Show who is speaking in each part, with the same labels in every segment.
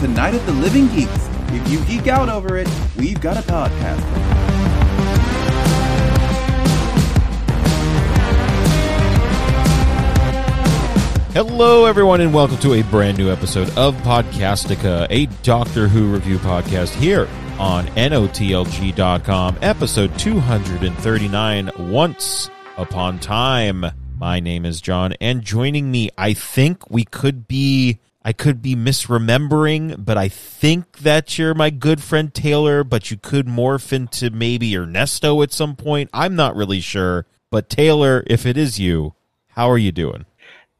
Speaker 1: to Night of the Living Geeks. If you geek out over it, we've got a podcast.
Speaker 2: Hello, everyone, and welcome to a brand new episode of Podcastica, a Doctor Who review podcast here on NOTLG.com, episode 239, Once Upon Time. My name is John, and joining me, I think we could be. I could be misremembering, but I think that you're my good friend Taylor, but you could morph into maybe Ernesto at some point. I'm not really sure. But Taylor, if it is you, how are you doing?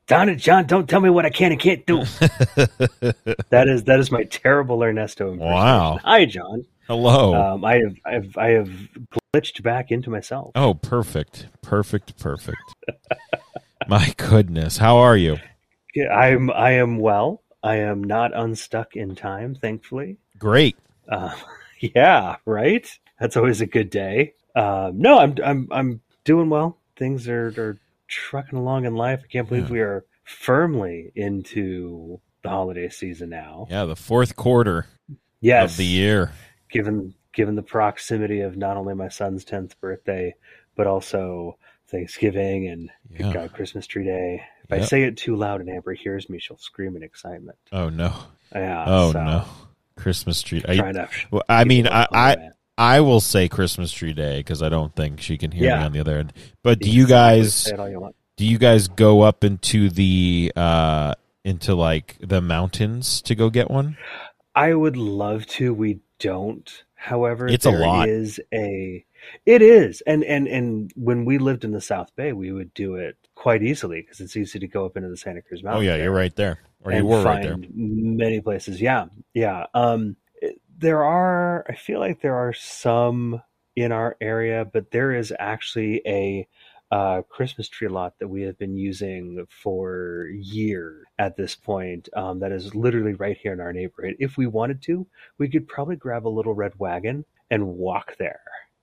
Speaker 3: Don and John, don't tell me what I can and can't do. that is that is my terrible Ernesto. impression.
Speaker 2: Wow. Oh.
Speaker 3: Hi, John.
Speaker 2: Hello.
Speaker 3: Um, I have I have I have glitched back into myself.
Speaker 2: oh, perfect. Perfect. Perfect. My goodness. How are you?
Speaker 3: Yeah, I'm I am well. I am not unstuck in time, thankfully.
Speaker 2: Great.
Speaker 3: Um, yeah, right. That's always a good day. Um, no, I'm I'm I'm doing well. Things are are trucking along in life. I can't believe
Speaker 2: Yeah.
Speaker 3: we are firmly into the holiday season now.
Speaker 2: Yeah, the fourth quarter
Speaker 3: Yes,
Speaker 2: of the year.
Speaker 3: given given the proximity of not only my son's 10th birthday but also thanksgiving and
Speaker 2: Yeah.
Speaker 3: god christmas tree day if i
Speaker 2: Yep.
Speaker 3: say it too loud and amber hears me she'll scream in excitement
Speaker 2: Oh no.
Speaker 3: yeah
Speaker 2: Oh
Speaker 3: so,
Speaker 2: no. Christmas tree. I,
Speaker 3: trying to
Speaker 2: well, I mean, I, I
Speaker 3: Oh,
Speaker 2: I will say Christmas tree day because I don't think she can hear me
Speaker 3: Yeah.
Speaker 2: on the other end. But do
Speaker 3: man.
Speaker 2: you
Speaker 3: Say
Speaker 2: guys
Speaker 3: it all you want.
Speaker 2: do you guys go up into the uh into like the mountains to go get one?
Speaker 3: i would love to we don't however
Speaker 2: It's a
Speaker 3: there
Speaker 2: lot.
Speaker 3: is a it is and and and when we lived in the south bay we would do it quite easily because it's easy to go up into the santa cruz
Speaker 2: Oh
Speaker 3: mountains
Speaker 2: yeah, you're right there. Or you were right there.
Speaker 3: find Many places, yeah, yeah. Um, it- there are. I feel like there are some in our area, but there is actually a uh, Christmas tree lot that we have been using for year at this point. Um, that is literally right here in our neighborhood. If we wanted to, we could probably grab a little red wagon and walk there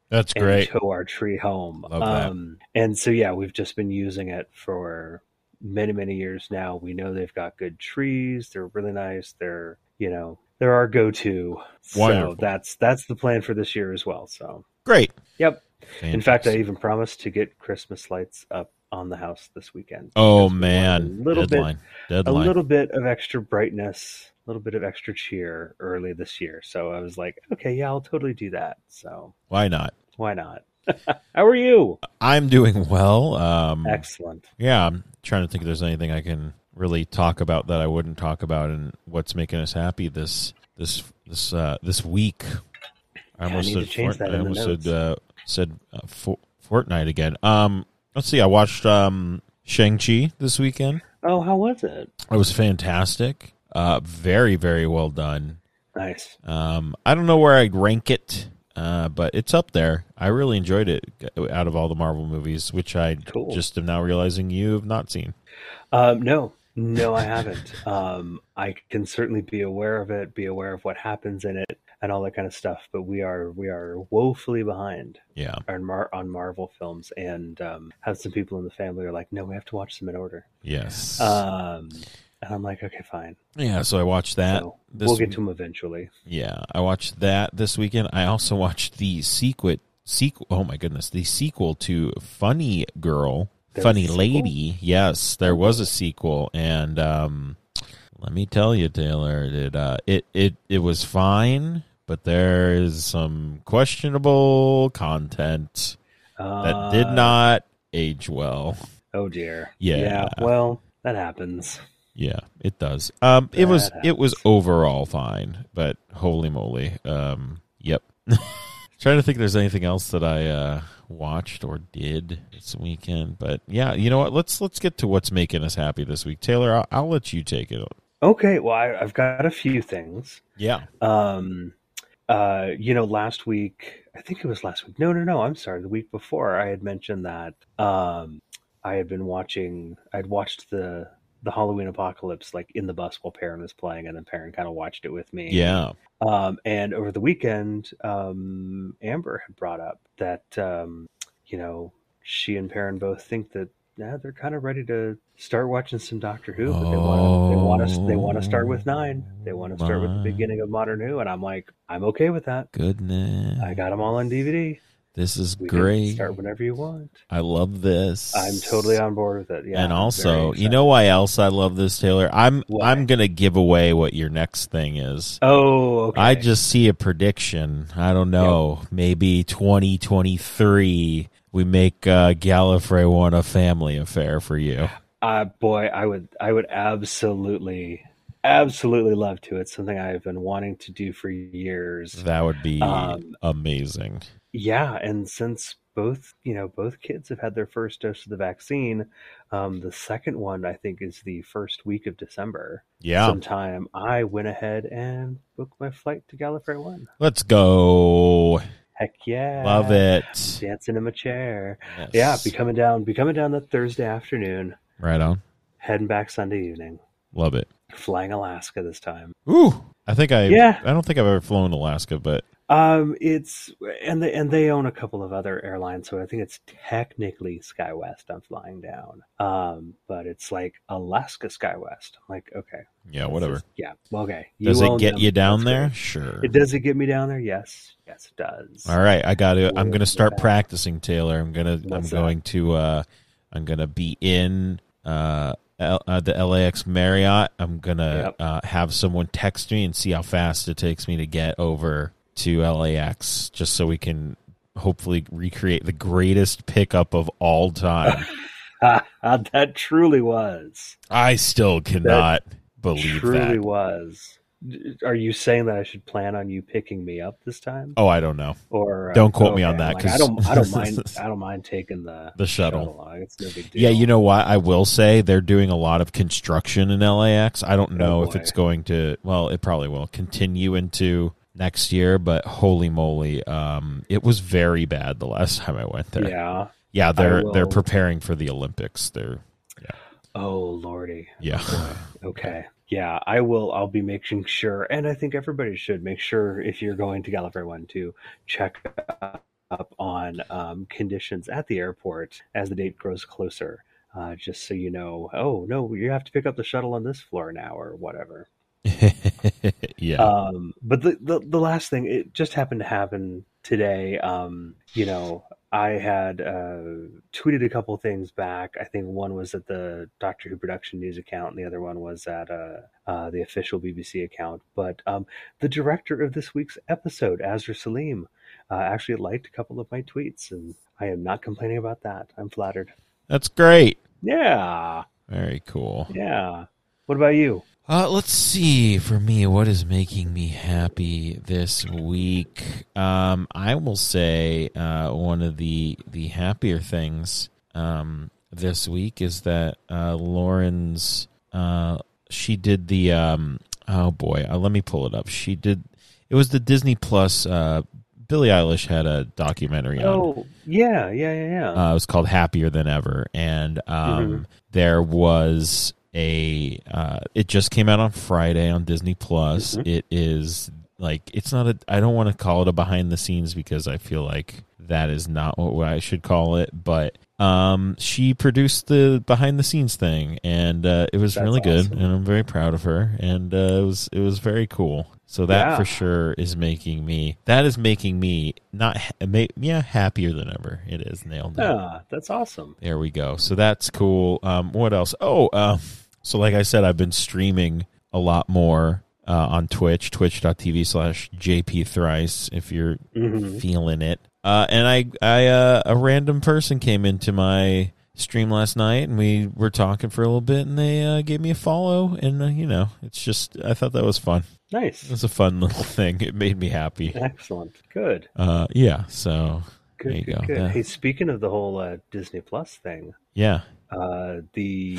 Speaker 2: That's great.
Speaker 3: and tow our tree home.
Speaker 2: Love that.
Speaker 3: Um, and so yeah, we've just been using it for many many years now. We know they've got good trees. They're really nice. They're you know they're our go to.
Speaker 2: Wonderful.
Speaker 3: So that's that's the plan for this year as well. So
Speaker 2: Great.
Speaker 3: yep. In fact, I
Speaker 2: Fantastic.
Speaker 3: even promised to get Christmas lights up on the house this weekend.
Speaker 2: Oh
Speaker 3: because we wanted
Speaker 2: man,
Speaker 3: a little
Speaker 2: deadline,
Speaker 3: bit, a
Speaker 2: deadline.
Speaker 3: little bit of extra brightness. A little bit of extra cheer early this year, so I was like, "Okay, yeah, I'll totally do that." So
Speaker 2: Why not?
Speaker 3: why not? How are you?
Speaker 2: I'm doing well. Um,
Speaker 3: Excellent.
Speaker 2: yeah, I'm trying to think if there's anything I can really talk about that I wouldn't talk about, and what's making us happy this this this uh, this week. I
Speaker 3: Yeah, I need to change that
Speaker 2: I
Speaker 3: in the
Speaker 2: almost
Speaker 3: notes.
Speaker 2: said uh, said uh, for, Fortnite again. Um, let's see. I watched um, Shang Chi this weekend.
Speaker 3: Oh, how was it?
Speaker 2: It was fantastic. Uh, very very well done.
Speaker 3: Nice.
Speaker 2: Um, I don't know where I'd rank it, uh, but it's up there. I really enjoyed it out of all the Marvel movies, which I
Speaker 3: Cool.
Speaker 2: just am now realizing you have not seen.
Speaker 3: Um, no, no, I haven't. um, I can certainly be aware of it, be aware of what happens in it, and all that kind of stuff. But we are we are woefully behind
Speaker 2: Yeah.
Speaker 3: on, Mar- on Marvel films, and um, have some people in the family are like, no, we have to watch them in order.
Speaker 2: Yes.
Speaker 3: Um, and I'm like, okay, fine.
Speaker 2: yeah. So I watched that.
Speaker 3: so
Speaker 2: this
Speaker 3: we'll get
Speaker 2: week-
Speaker 3: to them eventually.
Speaker 2: Yeah, I watched that this weekend. I also watched the sequel. Sequel. Oh my goodness, the sequel to Funny Girl,
Speaker 3: There was
Speaker 2: Funny
Speaker 3: a sequel?
Speaker 2: Lady. Yes, there was a sequel, and um, let me tell you, Taylor, it uh, it it it was fine, but there is some questionable content that
Speaker 3: Uh,
Speaker 2: did not age well.
Speaker 3: Oh dear.
Speaker 2: Yeah.
Speaker 3: Yeah. Well, that happens.
Speaker 2: Yeah, it does. Um, it was
Speaker 3: That
Speaker 2: it was
Speaker 3: happens.
Speaker 2: overall fine, but holy moly, um, yep. Trying to think, if there's anything else that I uh, watched or did this weekend, but yeah, you know what? Let's let's get to what's making us happy this week, Taylor. I'll, I'll let you take it.
Speaker 3: Okay. Well, I, I've got a few things.
Speaker 2: Yeah,
Speaker 3: um uh you know last week i think it was last week no no no i'm sorry the week before i had mentioned that um i had been watching i'd watched the the halloween apocalypse like in the bus while Perrin was playing and then Perrin kind of watched it with me
Speaker 2: yeah,
Speaker 3: um and over the weekend um amber had brought up that um you know she and Perrin both think that yeah, they're kind of ready to start watching some Doctor Who, but they want to they want to they want to start with nine. They want to start with the
Speaker 2: Oh, My.
Speaker 3: beginning of Modern Who, and I'm like, I'm okay with that.
Speaker 2: Goodness.
Speaker 3: I got them all on DVD.
Speaker 2: this is
Speaker 3: We
Speaker 2: great.
Speaker 3: Can start whenever you want.
Speaker 2: I love this.
Speaker 3: I'm totally on board with it. Yeah,
Speaker 2: and
Speaker 3: I'm
Speaker 2: also,
Speaker 3: very
Speaker 2: you know why else I love this, Taylor? I'm
Speaker 3: Why?
Speaker 2: I'm gonna give away what your next thing is.
Speaker 3: excited. Oh, okay.
Speaker 2: I just see a prediction. I don't know. Maybe 2023, we make uh, Gallifrey one a family affair for you.
Speaker 3: uh, boy, I would I would absolutely absolutely love to. It's something I've been wanting to do for years.
Speaker 2: That would be
Speaker 3: Um,
Speaker 2: amazing.
Speaker 3: Yeah, and since both you know both kids have had their first dose of the vaccine, um, the second one I think is the first week of December.
Speaker 2: Yeah.
Speaker 3: Sometime I went ahead and booked my flight to Gallifrey One.
Speaker 2: Let's go.
Speaker 3: Heck yeah,
Speaker 2: Love it.
Speaker 3: Dancing in my chair. Yeah,
Speaker 2: Yes.
Speaker 3: be coming down, be coming down that Thursday afternoon,
Speaker 2: right on.
Speaker 3: heading back Sunday evening,
Speaker 2: Love it.
Speaker 3: flying Alaska this time.
Speaker 2: Ooh. I think I
Speaker 3: Yeah.
Speaker 2: I don't think I've ever flown to Alaska, but
Speaker 3: Um, it's and they and they own a couple of other airlines, so I think it's technically SkyWest. I'm flying down, um, but it's like Alaska SkyWest. I'm like, okay,
Speaker 2: yeah, Oh, whatever.
Speaker 3: This is- yeah, well, okay. You
Speaker 2: Does it
Speaker 3: own
Speaker 2: get
Speaker 3: them.
Speaker 2: you down
Speaker 3: That's
Speaker 2: there?
Speaker 3: great.
Speaker 2: Sure.
Speaker 3: It does. It get me down there? Yes, yes, it does.
Speaker 2: All right, I got to. I'm
Speaker 3: We'll
Speaker 2: going to
Speaker 3: get
Speaker 2: start
Speaker 3: back.
Speaker 2: practicing, Taylor. I'm gonna.
Speaker 3: What's
Speaker 2: I'm
Speaker 3: that?
Speaker 2: going to. uh I'm gonna be in uh, L, uh the LAX Marriott. I'm gonna
Speaker 3: Yep.
Speaker 2: uh, have someone text me and see how fast it takes me to get over to LAX, just so we can hopefully recreate the greatest pickup of all time.
Speaker 3: Ah, ah, that truly was.
Speaker 2: I still cannot believe
Speaker 3: truly
Speaker 2: that.
Speaker 3: was. D- Are you saying that I should plan on you picking me up this time?
Speaker 2: Oh, I don't know
Speaker 3: Or uh,
Speaker 2: Don't quote me on that,
Speaker 3: like,
Speaker 2: 'cause-
Speaker 3: I don't. I don't mind. I don't mind taking the
Speaker 2: the shuttle.
Speaker 3: along. It's no big deal.
Speaker 2: Yeah, you know what? I will say they're doing a lot of construction in LAX. I don't know if
Speaker 3: Oh, boy.
Speaker 2: it's going to, well, it probably will continue into next year, but holy moly, um, it was very bad the last time I went there.
Speaker 3: Yeah.
Speaker 2: Yeah, they're they're
Speaker 3: will-
Speaker 2: preparing for the Olympics. They're
Speaker 3: Oh lordy.
Speaker 2: yeah.
Speaker 3: Okay. Yeah, I will. I'll be making sure, and I think everybody should make sure if you're going to Gallifrey One to check up on um, conditions at the airport as the date grows closer, uh, just so you know. Oh no, you have to pick up the shuttle on this floor now, or whatever.
Speaker 2: yeah.
Speaker 3: Um, but the, the the last thing, it just happened to happen today. Um, you know, I had uh, tweeted a couple things back. I think one was at the Doctor Who production news account, and the other one was at uh, uh, the official BBC account. But um, the director of this week's episode, Azra Salim, uh, actually liked a couple of my tweets, and I am not complaining about that. I'm flattered.
Speaker 2: That's great.
Speaker 3: Yeah,
Speaker 2: Very cool.
Speaker 3: yeah. What about you?
Speaker 2: Uh, let's see. For me, what is making me happy this week? Um, I will say uh, one of the the happier things um, this week is that uh, Lauren's uh, she did the um, oh boy, uh, let me pull it up. She did it was the Disney Plus. Uh, Billie Eilish had a documentary on
Speaker 3: Oh, yeah, yeah, yeah, yeah. Mm-hmm.
Speaker 2: uh, it was called Happier Than Ever, and um, there was a. Uh, it just came out on Friday on Disney Plus.
Speaker 3: Mhm.
Speaker 2: It is like it's not a. I don't want to call it a behind the scenes because I feel like that is not what I should call it. But um, she produced the behind the scenes thing, and uh, it was
Speaker 3: That's
Speaker 2: really good,
Speaker 3: awesome.
Speaker 2: and I'm very proud of her. And uh, it was it was very cool. So that
Speaker 3: Yeah.
Speaker 2: for sure is making me. That is making me not. ha- Ma- yeah, happier than ever. It is nailed. it.
Speaker 3: yeah, Ah, that's awesome.
Speaker 2: There we go. So that's cool. Um, what else? Oh, um, so like I said, I've been streaming a lot more uh, on Twitch, twitch.tv slash JP Thrice, if you're
Speaker 3: Mhm.
Speaker 2: feeling it. Uh, and I, I uh, a random person came into my stream last night and we were talking for a little bit and they uh, gave me a follow. And, uh, you know, it's just, I thought that was fun.
Speaker 3: Nice.
Speaker 2: It was a fun little thing. It made me happy.
Speaker 3: Excellent. Good.
Speaker 2: Uh, yeah. So,
Speaker 3: Good.
Speaker 2: There you
Speaker 3: good,
Speaker 2: go.
Speaker 3: good.
Speaker 2: Yeah.
Speaker 3: Hey, speaking of the whole uh, Disney Plus thing,
Speaker 2: yeah.
Speaker 3: uh, the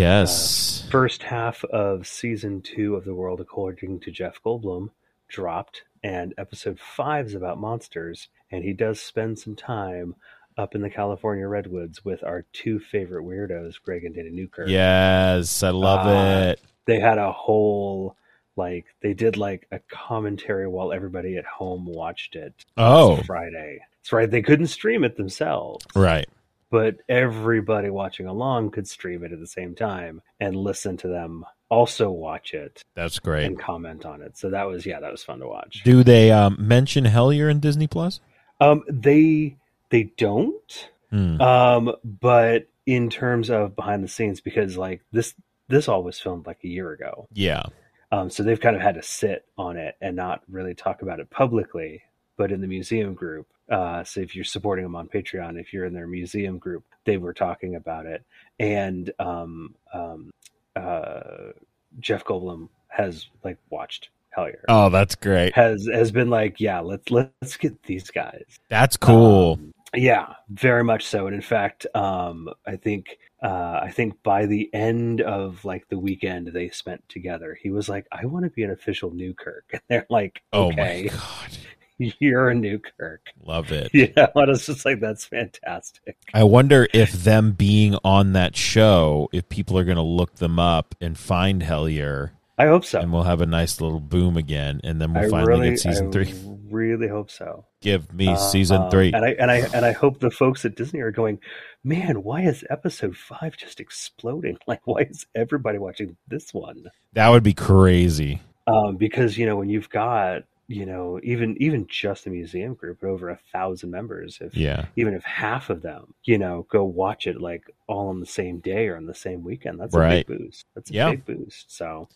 Speaker 2: yes.
Speaker 3: first half of season two of The World According to Jeff Goldblum dropped, and episode five is about monsters, and he does spend some time up in the California redwoods with our two favorite weirdos, Greg and Danny Newkirk.
Speaker 2: Yes, I love
Speaker 3: Uh,
Speaker 2: it.
Speaker 3: they had a whole like they did like a commentary while everybody at home watched it.
Speaker 2: Oh,
Speaker 3: Friday. That's right. They couldn't stream it themselves,
Speaker 2: right.
Speaker 3: but everybody watching along could stream it at the same time and listen to them also watch it
Speaker 2: That's great.
Speaker 3: and comment on it. So that was yeah, that was fun to watch.
Speaker 2: Do they um, mention Hellier in Disney Plus?
Speaker 3: Um, they they don't.
Speaker 2: Hmm.
Speaker 3: Um, but in terms of behind the scenes, because like this this all was filmed like a year ago.
Speaker 2: Yeah.
Speaker 3: Um, so they've kind of had to sit on it and not really talk about it publicly, but in the museum group. Uh, so if you're supporting them on Patreon, if you're in their museum group, they were talking about it. And um, um, uh, Jeff Goldblum has like watched Hellier.
Speaker 2: Oh, that's great.
Speaker 3: Has has been like, yeah, let's let's get these guys.
Speaker 2: That's cool.
Speaker 3: Um, yeah, very much so. And in fact, um, I think uh, I think by the end of like the weekend they spent together, he was like, "I want to be an official Newkirk," and they're like,
Speaker 2: oh my
Speaker 3: "Okay,
Speaker 2: god,
Speaker 3: you're a Newkirk."
Speaker 2: love it.
Speaker 3: Yeah, and I was just like, "That's fantastic."
Speaker 2: I wonder if them being on that show, if people are going to look them up and find Hellier,
Speaker 3: I hope so.
Speaker 2: and we'll have a nice little boom again, and then we'll
Speaker 3: I
Speaker 2: finally
Speaker 3: really,
Speaker 2: get season
Speaker 3: I
Speaker 2: three.
Speaker 3: really hope so.
Speaker 2: Give me
Speaker 3: Uh,
Speaker 2: season
Speaker 3: um,
Speaker 2: three.
Speaker 3: and I and I and I hope the folks at Disney are going, man, why is episode five just exploding? Like, why is everybody watching this one?
Speaker 2: that would be crazy.
Speaker 3: um, because you know when you've got you know even even just the museum group at over a thousand members if
Speaker 2: Yeah.
Speaker 3: even if half of them you know go watch it like all on the same day or on the same weekend that's
Speaker 2: Right.
Speaker 3: a big boost that's a
Speaker 2: Yeah.
Speaker 3: big boost so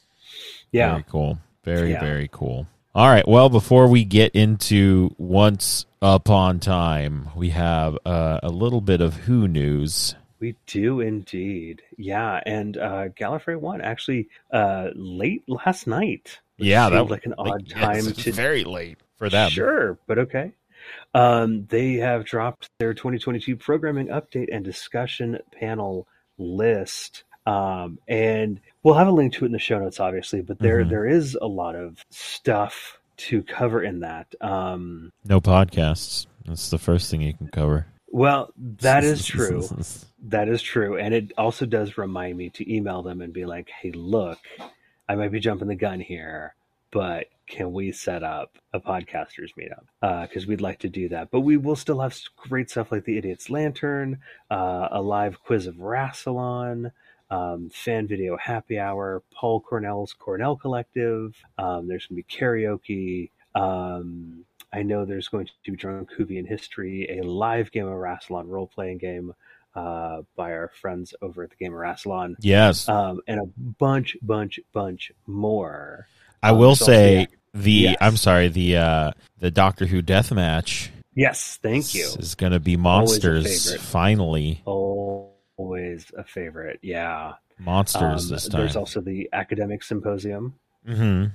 Speaker 3: yeah
Speaker 2: Very cool. Very,
Speaker 3: Yeah.
Speaker 2: very cool. All right. Well, before we get into Once Upon Time, we have uh, a little bit of Who news.
Speaker 3: we do indeed yeah and uh gallifrey one actually uh late last night which
Speaker 2: Yeah, that was
Speaker 3: seemed like an odd time to
Speaker 2: very late for them.
Speaker 3: Sure, but okay. Um, they have dropped their 2022 programming update and discussion panel list. Um, and we'll have a link to it in the show notes, obviously, but there,
Speaker 2: Mhm.
Speaker 3: there is a lot of stuff to cover in that. Um,
Speaker 2: No podcasts. That's the first thing you can cover.
Speaker 3: well, that is true. That is true. And it also does remind me to email them and be like, hey, look, I might be jumping the gun here, but can we set up a podcasters meetup? Because we'd like to do that. But we will still have s- great stuff like the Idiot's Lantern, uh, a live quiz of Rassilon. Um, fan video happy hour, Paul Cornell's Cornell Collective. Um, there's going to be karaoke. Um, I know there's going to be Drunk Whovian History, a live game of Rassilon role playing game uh, by our friends over at the Game of Rassilon,
Speaker 2: Yes.
Speaker 3: um, and a bunch, bunch, bunch more.
Speaker 2: I
Speaker 3: um,
Speaker 2: will
Speaker 3: so I'll
Speaker 2: say the
Speaker 3: Yes.
Speaker 2: I'm sorry, the uh the Doctor Who death match
Speaker 3: Yes, thank you.
Speaker 2: is going to be
Speaker 3: Always a
Speaker 2: monsters
Speaker 3: favorite.
Speaker 2: finally.
Speaker 3: Always a favorite. Yeah.
Speaker 2: Monsters
Speaker 3: Um,
Speaker 2: this time.
Speaker 3: there's also the academic symposium.
Speaker 2: hmm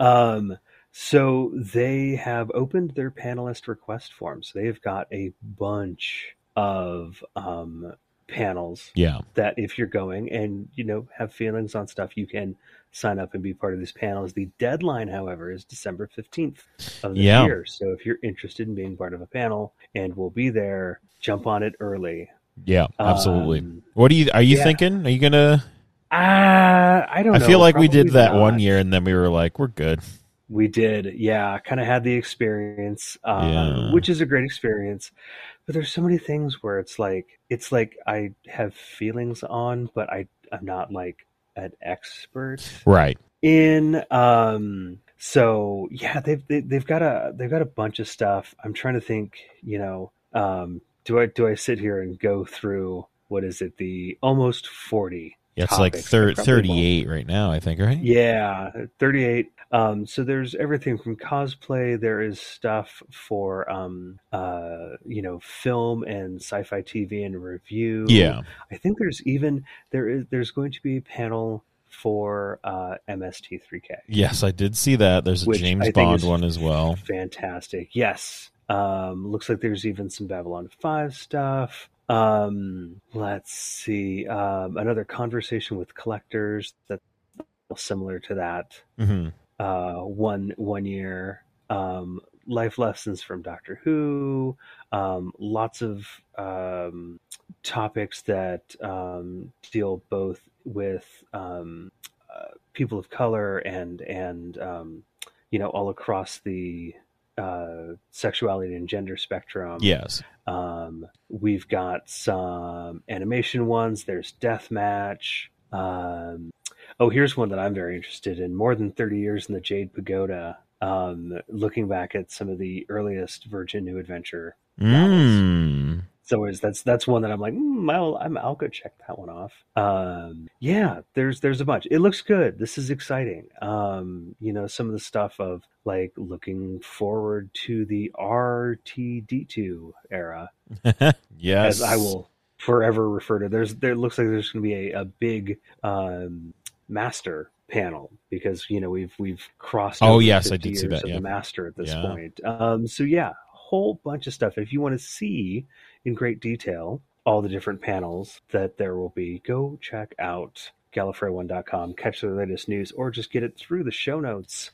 Speaker 3: Um, so they have opened their panelist request forms. They have got a bunch of um, panels
Speaker 2: Yeah.
Speaker 3: that if you're going and you know have feelings on stuff, you can sign up and be part of these panels. The deadline, however, is December fifteenth of the
Speaker 2: Yeah.
Speaker 3: year. So if you're interested in being part of a panel and we'll be there, jump on it early.
Speaker 2: Yeah, absolutely.
Speaker 3: Um,
Speaker 2: what do you are you
Speaker 3: yeah.
Speaker 2: thinking? Are you going to
Speaker 3: ah, I don't.
Speaker 2: I
Speaker 3: know,
Speaker 2: feel like we did
Speaker 3: probably
Speaker 2: that one
Speaker 3: not.
Speaker 2: year and then we were like, we're good.
Speaker 3: We did, yeah. Kind of had the experience, um,
Speaker 2: Yeah.
Speaker 3: which is a great experience. But there's so many things where it's like it's like I have feelings on, but I I'm not like an expert
Speaker 2: Right.
Speaker 3: in. Um, so yeah, they've they, they've got a they've got a bunch of stuff. I'm trying to think, you know, um, do I do I sit here and go through what is it the almost forty
Speaker 2: Yeah, it's like
Speaker 3: Topics,
Speaker 2: thir-
Speaker 3: I probably
Speaker 2: 38 right now, I think, right?
Speaker 3: yeah, 38. Um, so there's everything from cosplay. There is stuff for, um, uh, you know, film and sci-fi TV and review.
Speaker 2: Yeah.
Speaker 3: I think there's even there is there's going to be a panel for uh, MST3K.
Speaker 2: Yes, I did see that. There's a
Speaker 3: Which I
Speaker 2: James
Speaker 3: think
Speaker 2: Bond
Speaker 3: is
Speaker 2: one as well.
Speaker 3: Fantastic. Yes. Um, looks like there's even some Babylon 5 stuff. Um, let's see. Um, another conversation with collectors that's similar to that
Speaker 2: hmm
Speaker 3: uh, one one year um, life lessons from Doctor Who, um, lots of um, topics that um, deal both with um, uh, people of color and and um, you know all across the uh, sexuality and gender spectrum.
Speaker 2: Yes.
Speaker 3: Um, we've got some animation ones. There's Deathmatch. Um, oh, here's one that I'm very interested in. More than 30 years in the Jade Pagoda. Um, looking back at some of the earliest Virgin New Adventure.
Speaker 2: Mm.
Speaker 3: So is that's that's one that I'm like, mm, I'll, I'm, I'll go check that one off. Um, yeah, there's there's a bunch. It looks good. This is exciting. Um, you know, some of the stuff of like looking forward to the RTD2 era,
Speaker 2: yes.
Speaker 3: as I will forever refer to. There's there looks like there's going to be a, a big um, master panel because you know we've we've crossed.
Speaker 2: Oh,
Speaker 3: over
Speaker 2: yes, I
Speaker 3: 50
Speaker 2: did see
Speaker 3: years
Speaker 2: that,
Speaker 3: of
Speaker 2: yeah.
Speaker 3: the master at this
Speaker 2: Yeah.
Speaker 3: point. Um, so yeah, whole bunch of stuff. If you want to see in great detail all the different panels that there will be, go check out gallifrey1.com, catch the latest news, or just get it through the show notes.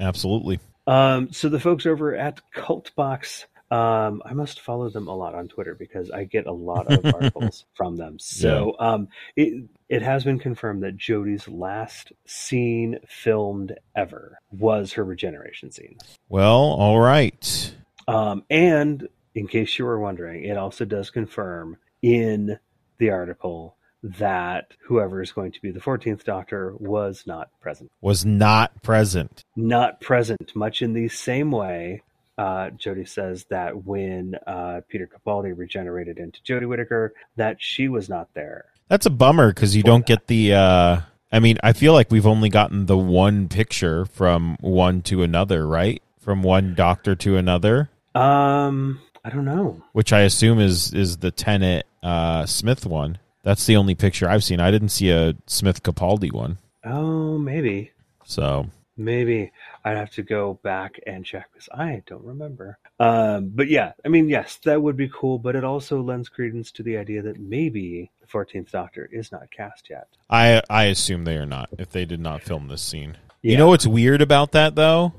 Speaker 2: Absolutely.
Speaker 3: Um, so the folks over at Cultbox, um, I must follow them a lot on Twitter because I get a lot of articles from them. So um, it it has been confirmed that Jodie's last scene filmed ever was her regeneration scene.
Speaker 2: Well, all right.
Speaker 3: Um, and in case you were wondering, it also does confirm in the article that whoever is going to be the 14th Doctor was not present
Speaker 2: Was not present.
Speaker 3: not present. Much in the same way, uh, Jody says that when uh, Peter Capaldi regenerated into Jodie Whittaker, that she was not there.
Speaker 2: That's a bummer because you don't get the. Uh, I mean, I feel like we've only gotten the one picture from one to another, right? From one doctor to another,
Speaker 3: Um, I don't know.
Speaker 2: which I assume is is the Tennant uh, Smith one. That's the only picture I've seen. I didn't see a Smith Capaldi one.
Speaker 3: Oh, maybe,
Speaker 2: So
Speaker 3: maybe I'd have to go back and check because I don't remember. Um, but yeah, I mean, yes, that would be cool. But it also lends credence to the idea that maybe the 14th Doctor is not cast yet.
Speaker 2: I I assume they are not if they did not film this scene. You
Speaker 3: Yeah.
Speaker 2: know what's weird about that though?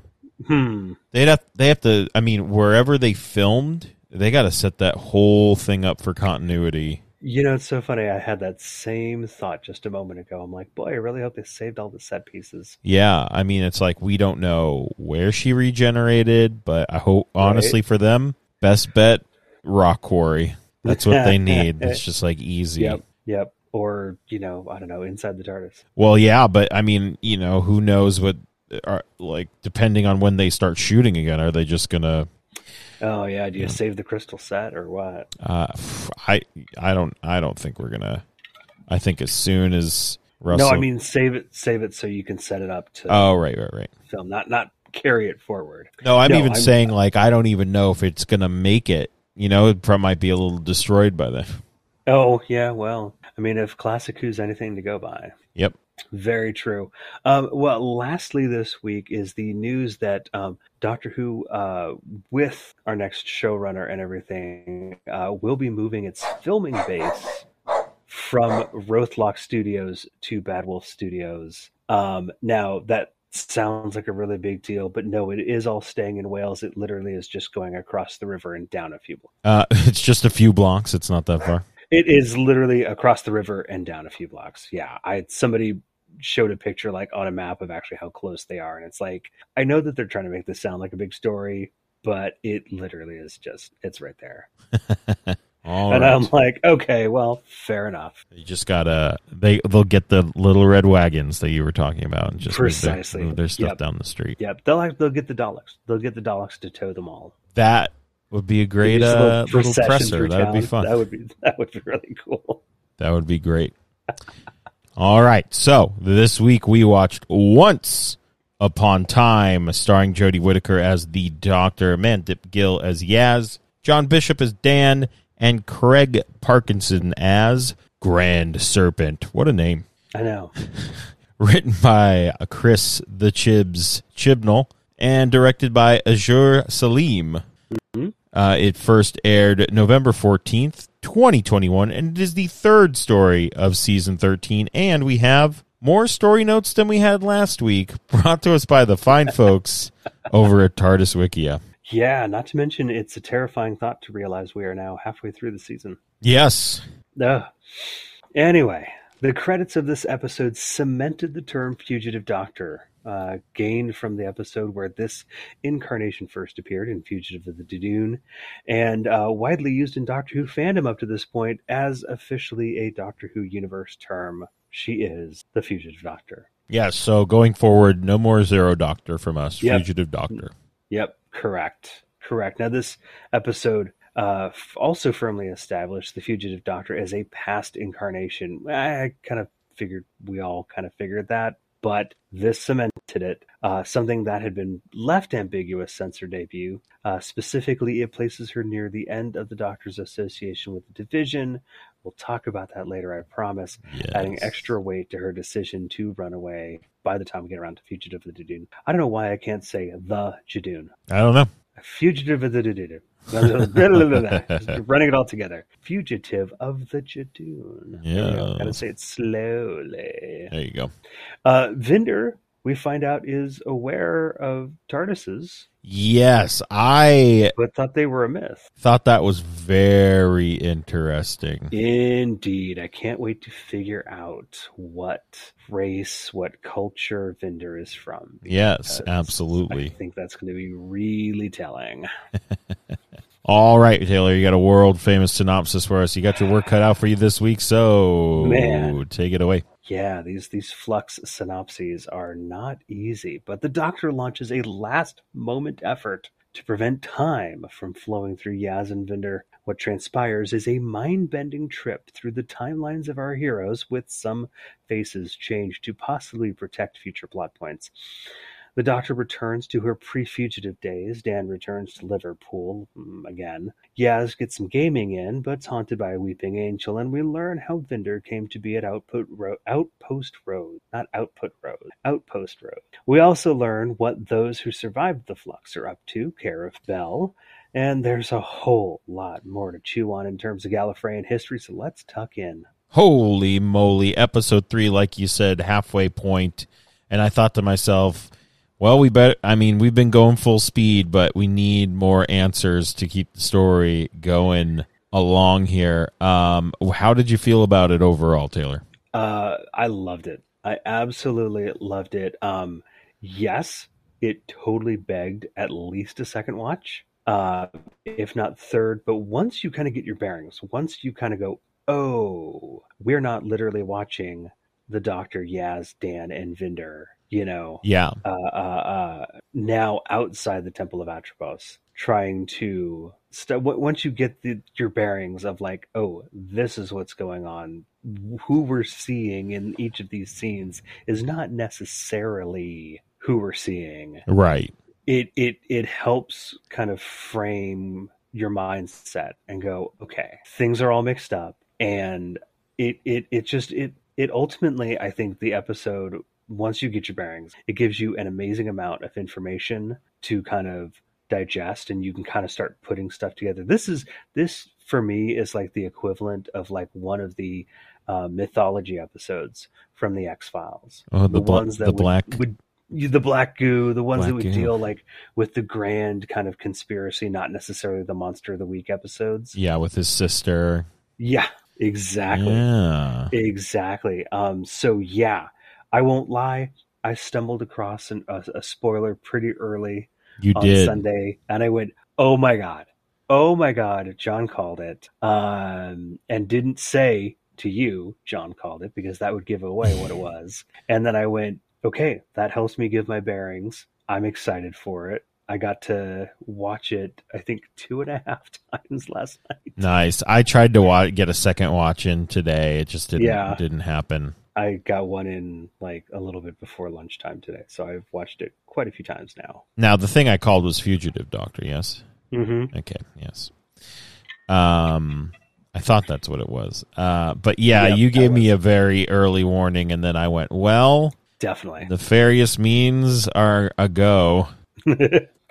Speaker 3: Hmm.
Speaker 2: They'd have they have to. I mean, wherever they filmed, they got to set that whole thing up for continuity.
Speaker 3: You know, it's so funny. I had that same thought just a moment ago. I'm like, boy, I really hope they saved all the set pieces.
Speaker 2: Yeah, I mean, it's like we don't know where she regenerated, but I hope honestly for them, best bet rock quarry. That's what they need. It's just like easy.
Speaker 3: Yep. Yep. Or, you know, I don't know, inside the TARDIS.
Speaker 2: Well, yeah, but I mean, you know, who knows what are like depending on when they start shooting again, are they just going to
Speaker 3: Oh, yeah. Do you
Speaker 2: Yeah.
Speaker 3: save the crystal set or what?
Speaker 2: uh f- I I don't I don't think we're going to I think as soon as Russell
Speaker 3: No, I mean, save it, save it so you can set it up to
Speaker 2: Oh, right, right, right.
Speaker 3: film, not, not carry it forward.
Speaker 2: No, I'm
Speaker 3: No,
Speaker 2: even
Speaker 3: I'm-
Speaker 2: saying like I don't even know if it's going to make it. You know, it probably might be a little destroyed by then.
Speaker 3: Oh, yeah. Well, I mean, if Classic Who's anything to go by.
Speaker 2: Yep.
Speaker 3: Very true. Um, well, lastly, this week is the news that um, Doctor Who, uh, with our next showrunner and everything, uh, will be moving its filming base from Rothlock Studios to Bad Wolf Studios. Um, now, that sounds like a really big deal, but no, it is all staying in Wales. It literally is just going across the river and down a few blocks.
Speaker 2: Uh, it's just a few blocks. It's not that far.
Speaker 3: It is literally across the river and down a few blocks. Yeah, I somebody showed a picture like on a map of actually how close they are, and it's like I know that they're trying to make this sound like a big story, but it literally is just it's right there.
Speaker 2: All
Speaker 3: and um,
Speaker 2: right.
Speaker 3: I'm like, okay, well, fair enough.
Speaker 2: you just gotta they they'll get the little red wagons that you were talking about and just
Speaker 3: Precisely.
Speaker 2: move their, move their stuff
Speaker 3: Yep.
Speaker 2: down the street.
Speaker 3: Yep, they'll have, they'll get the Daleks. They'll get the Daleks to tow them all.
Speaker 2: That would be a great
Speaker 3: Just a
Speaker 2: uh, little
Speaker 3: procession
Speaker 2: presser.
Speaker 3: through
Speaker 2: That would be
Speaker 3: town.
Speaker 2: fun.
Speaker 3: That would be that would be really cool.
Speaker 2: That would be great. All right. So this week we watched Once Upon Time, starring Jodie Whittaker as the Doctor, Mandip Gill as Yaz, John Bishop as Dan, and Craig Parkinson as Grand Serpent. What a name.
Speaker 3: I know.
Speaker 2: Written by Chris the Chibs Chibnall and directed by Azure Salim.
Speaker 3: Mm-hmm.
Speaker 2: Uh, it first aired November 14th, 2021, and it is the third story of season 13. And we have more story notes than we had last week, brought to us by the fine folks over at TARDIS Wikia.
Speaker 3: Yeah, not to mention it's a terrifying thought to realize we are now halfway through the season.
Speaker 2: Yes.
Speaker 3: Ugh. Anyway, the credits of this episode cemented the term fugitive doctor uh, gained from the episode where this incarnation first appeared in Fugitive of the Dune, and uh, widely used in Doctor Who fandom up to this point as officially a Doctor Who universe term. She is the Fugitive Doctor.
Speaker 2: Yes. So going forward, no more Zero Doctor from us.
Speaker 3: Yep.
Speaker 2: Fugitive Doctor.
Speaker 3: Yep, correct. Correct. Now, this episode uh, f- also firmly established the Fugitive Doctor as a past incarnation. I kind of figured, we all kind of figured that, but this cemented it. Uh, something that had been left ambiguous since her debut. Uh, specifically, it places her near the end of the Doctor's association with the Division. We'll talk about that later, I promise
Speaker 2: Yes.
Speaker 3: adding extra weight to her decision to run away by the time we get around to Fugitive of the Jadoon. I don't know why I can't say the Jadoon.
Speaker 2: I don't know.
Speaker 3: Fugitive of the Jadoon. Just running it all together. Fugitive of the Jadoon. There we go.
Speaker 2: Yeah.
Speaker 3: Gotta say it slowly.
Speaker 2: There you go.
Speaker 3: Uh, Vinder, we find out, is aware of TARDISes,
Speaker 2: Yes, I
Speaker 3: but thought they were a myth.
Speaker 2: thought that was very interesting.
Speaker 3: Indeed. I can't wait to figure out what race, what culture Vinder is from.
Speaker 2: Yes,
Speaker 3: Because I
Speaker 2: absolutely.
Speaker 3: think that's going to be really telling.
Speaker 2: All right, Taylor, you got a world famous synopsis for us. You got your work cut out for you this week, so
Speaker 3: Man.
Speaker 2: take it away.
Speaker 3: Yeah, these these flux synopses are not easy, but the doctor launches a last moment effort to prevent time from flowing through Yazenvinder. What transpires is a mind-bending trip through the timelines of our heroes with some faces changed to possibly protect future plot points. The doctor returns to her pre-fugitive days. Dan returns to Liverpool mm, again. Yaz gets some gaming in, but's haunted by a weeping angel, and we learn how Vinder came to be at Output Ro- Outpost Road, not Output Road, Outpost Road. We also learn what those who survived the flux are up to, care of Bell, and there's a whole lot more to chew on in terms of Gallifreyan history, so let's tuck in.
Speaker 2: Holy moly, episode three, like you said, halfway point. And I thought to myself, well, we bet. I mean, we've been going full speed, but we need more answers to keep the story going along here. Um, how did you feel about it overall, Taylor?
Speaker 3: Uh, I loved it. I absolutely loved it. Um, yes, it totally begged at least a second watch, uh, if not third. But once you kind of get your bearings, once you kind of go, oh, we're not literally watching the Doctor, Yaz, Dan, and Vinder, you know,
Speaker 2: Yeah,
Speaker 3: uh, uh, uh, now outside the Temple of Atropos, trying to st- w- once you get the, your bearings of like, oh, this is what's going on. Who we're seeing in each of these scenes is not necessarily who we're seeing.
Speaker 2: right.
Speaker 3: It it it helps kind of frame your mindset and go, okay, things are all mixed up, and it it it just it it ultimately i think the episode once you get your bearings it gives you an amazing amount of information to kind of digest and you can kind of start putting stuff together this is this for me is like the equivalent of like one of the uh, mythology episodes from the x files
Speaker 2: Oh, the, bla- the
Speaker 3: would-
Speaker 2: black.
Speaker 3: would you- the black goo, the ones that
Speaker 2: Black
Speaker 3: would
Speaker 2: goo.
Speaker 3: deal like with the grand kind of conspiracy, not necessarily the monster of the week episodes.
Speaker 2: yeah, with his sister.
Speaker 3: Yeah, exactly.
Speaker 2: Yeah.
Speaker 3: Exactly. Um, so yeah, I won't lie. I stumbled across an, a, a spoiler pretty early
Speaker 2: You
Speaker 3: on
Speaker 2: did.
Speaker 3: Sunday, and I went, "Oh my god, oh my god!" John called it, um, and didn't say to you, John called it because that would give away what it was. And then I went, "Okay, that helps me give my bearings. I'm excited for it." I got to watch it, I think, two and a half times last night.
Speaker 2: Nice. I tried to wa get a second watch in today. It just didn't
Speaker 3: Yeah.
Speaker 2: didn't happen.
Speaker 3: I got one in like a little bit before lunchtime today, so I've watched it quite a few times now.
Speaker 2: Now the thing I called was fugitive doctor. Yes.
Speaker 3: Mm-hmm.
Speaker 2: Okay. Yes. Um, I thought that's what it was. Uh, but yeah,
Speaker 3: Yep,
Speaker 2: you
Speaker 3: that
Speaker 2: gave me a very early warning, and then I went, "Well,
Speaker 3: Definitely.
Speaker 2: nefarious means are a go."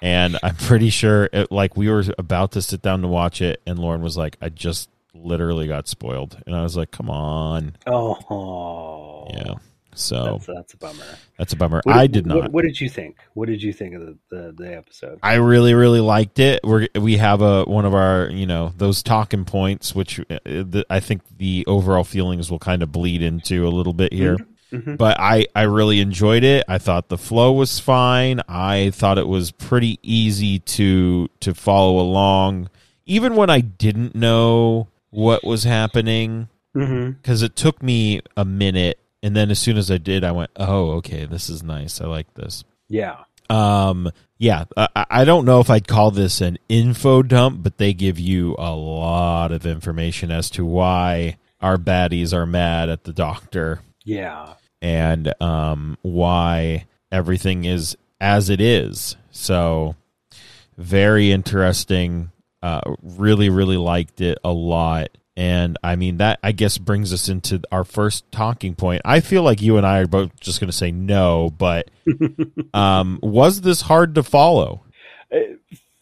Speaker 2: and I'm pretty sure, it, like, we were about to sit down to watch it, and Lauren was like, "I just literally got spoiled," and I was like, "Come on."
Speaker 3: oh,
Speaker 2: Yeah. So
Speaker 3: That's, that's a bummer.
Speaker 2: that's a bummer.
Speaker 3: What
Speaker 2: I did not.
Speaker 3: What, what did you think? What did you think of the, the, the episode?
Speaker 2: I really, really liked it. We're, we have a one of our, you know, those talking points, which uh, the, I think the overall feelings will kind of bleed into a little bit here.
Speaker 3: Mhm.
Speaker 2: but I, I really enjoyed it. I thought the flow was fine. I thought it was pretty easy to to follow along, even when I didn't know what was happening,
Speaker 3: Mm-hmm.
Speaker 2: because it took me a minute, and then as soon as I did, I went, "Oh, okay, this is nice. I like this."
Speaker 3: Yeah.
Speaker 2: Um, yeah, I, I don't know if I'd call this an info dump, but they give you a lot of information as to why our baddies are mad at the doctor
Speaker 3: Yeah.
Speaker 2: and um, why everything is as it is. So, very interesting. Uh, really, really liked it a lot. And I mean, that I guess brings us into our first talking point. I feel like you and I are both just going to say no, but um, was this hard to follow?
Speaker 3: Uh,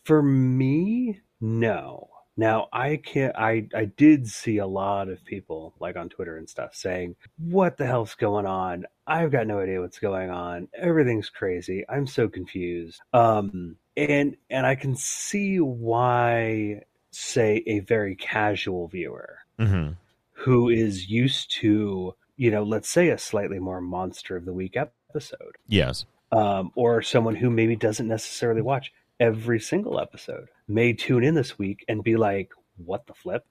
Speaker 3: For me, no. Now I can not I I did see a lot of people like on Twitter and stuff saying, "What the hell's going on? I've got no idea what's going on. Everything's crazy. I'm so confused." Um and and I can see why say a very casual viewer
Speaker 2: Mm-hmm.
Speaker 3: who is used to, you know, let's say a slightly more monster of the week episode
Speaker 2: Yes.
Speaker 3: um, or someone who maybe doesn't necessarily watch every single episode may tune in this week and be like, "What the flip?"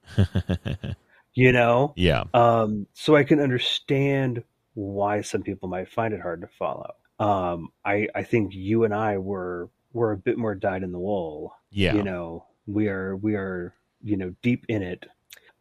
Speaker 3: You know.
Speaker 2: yeah.
Speaker 3: Um, so I can understand why some people might find it hard to follow. Um, I I think you and I were were a bit more dyed in the wool.
Speaker 2: Yeah.
Speaker 3: You know, we are we are you know deep in it.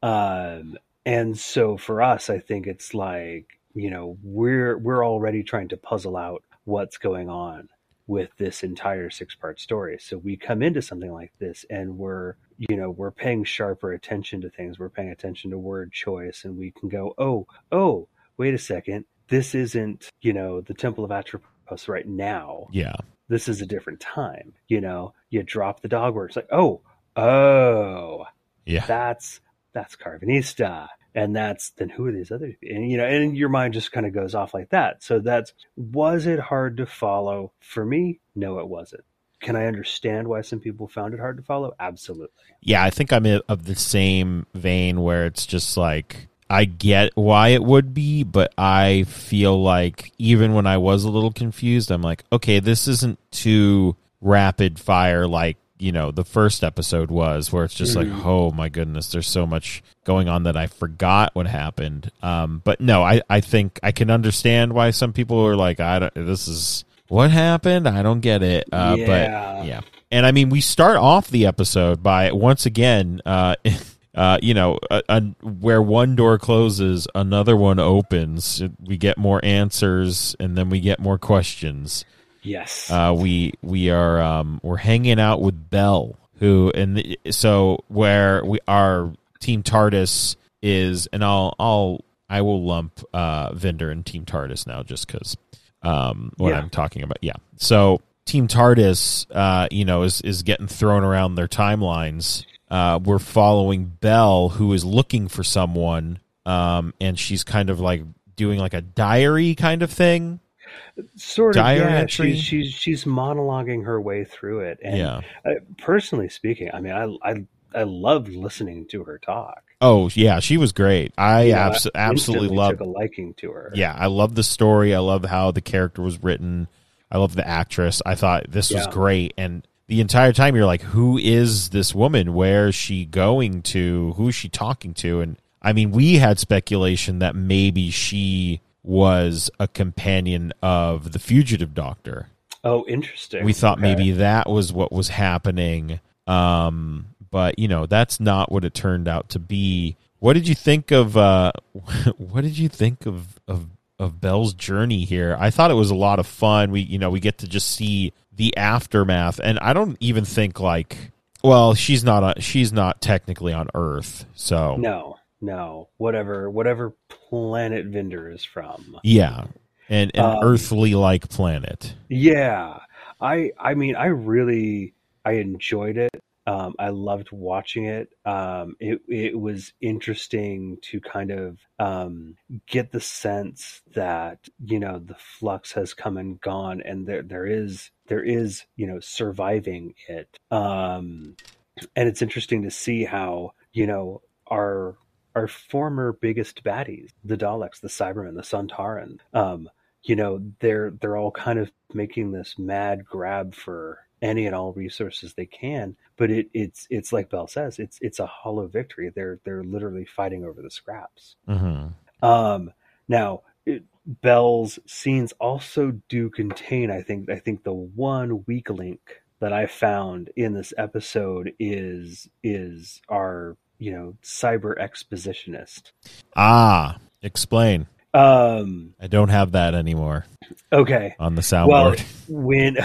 Speaker 3: Um, and so for us, I think it's like you know we're we're already trying to puzzle out what's going on with this entire six part story. So we come into something like this and we're, you know, we're paying sharper attention to things. We're paying attention to word choice and we can go, oh, oh, wait a second. This isn't, you know, the Temple of Atropos right now.
Speaker 2: yeah.
Speaker 3: This is a different time. You know, you drop the dog word. It's like, oh, oh,
Speaker 2: Yeah.
Speaker 3: that's that's Carvanista, and that's then who are these other and you know, and your mind just kind of goes off like that. So that's was it hard to follow for me? No, it wasn't. Can I understand why some people found it hard to follow? Absolutely.
Speaker 2: yeah, I think I'm i- of the same vein where it's just like I get why it would be, but I feel like even when I was a little confused, I'm like, okay, this isn't too rapid fire like you know the first episode was where it's just
Speaker 3: Mhm.
Speaker 2: like oh my goodness there's so much going on that i forgot what happened um but no i i think i can understand why some people are like i don't this is what happened i don't get it uh but yeah. And I mean, we start off the episode by once again, uh, uh, you know, uh, uh, where one door closes, another one opens. We get more answers, and then we get more questions.
Speaker 3: Yes.
Speaker 2: Uh, we we are um, we're hanging out with Bell, who and the, so where we our team TARDIS is, and I'll I'll I will lump uh, Vendor and Team TARDIS now just because um, what
Speaker 3: Yeah.
Speaker 2: I'm talking about. Yeah, so Team TARDIS, uh, you know, is is getting thrown around their timelines. Uh, we're following Bell, who is looking for someone, um, and she's kind of like doing like a diary kind of thing.
Speaker 3: sort of.
Speaker 2: diary
Speaker 3: Yeah.
Speaker 2: entry?
Speaker 3: She's, she's she's monologuing her way through it, and
Speaker 2: yeah.
Speaker 3: uh, personally speaking, I mean, I I I loved listening to her talk.
Speaker 2: Oh yeah, she was great. I
Speaker 3: You know, I
Speaker 2: abs- absolutely
Speaker 3: Instantly
Speaker 2: love.
Speaker 3: took a liking to her.
Speaker 2: Yeah, I love the story. I love how the character was written. I love the actress. I thought this was
Speaker 3: Yeah.
Speaker 2: great, and the entire time you're like, "Who is this woman? Where is she going to? Who is she talking to?" And I mean, we had speculation that maybe she was a companion of the fugitive doctor.
Speaker 3: Oh, interesting.
Speaker 2: We thought
Speaker 3: Okay.
Speaker 2: maybe that was what was happening. Um, but you know, that's not what it turned out to be. What did you think of uh what did you think of of of Belle's journey here? I thought it was a lot of fun. We you know, we get to just see the aftermath and I don't even think like well, she's not on, she's not technically on Earth. So
Speaker 3: No, no. Whatever, whatever planet Vendor is from.
Speaker 2: yeah. And an
Speaker 3: Um,
Speaker 2: earthly like planet.
Speaker 3: Yeah, I, I mean, I really, I enjoyed it. Um, I loved watching it. Um, it, it was interesting to kind of um, get the sense that you know the flux has come and gone, and there, there is, there is, you know, surviving it. Um, and it's interesting to see how you know our our former biggest baddies, the Daleks, the Cybermen, the Suntaran. Um, you know, they're they're all kind of making this mad grab for any and all resources they can. But it, it's it's like Bell says, it's it's a hollow victory. They're they're literally fighting over the scraps.
Speaker 2: Mm-hmm.
Speaker 3: Um, now it, Bell's scenes also do contain, I think, I think the one weak link that I found in this episode is is our you know cyber expositionist.
Speaker 2: Ah, explain.
Speaker 3: Um,
Speaker 2: I don't have that anymore
Speaker 3: okay,
Speaker 2: on the soundboard.
Speaker 3: well, when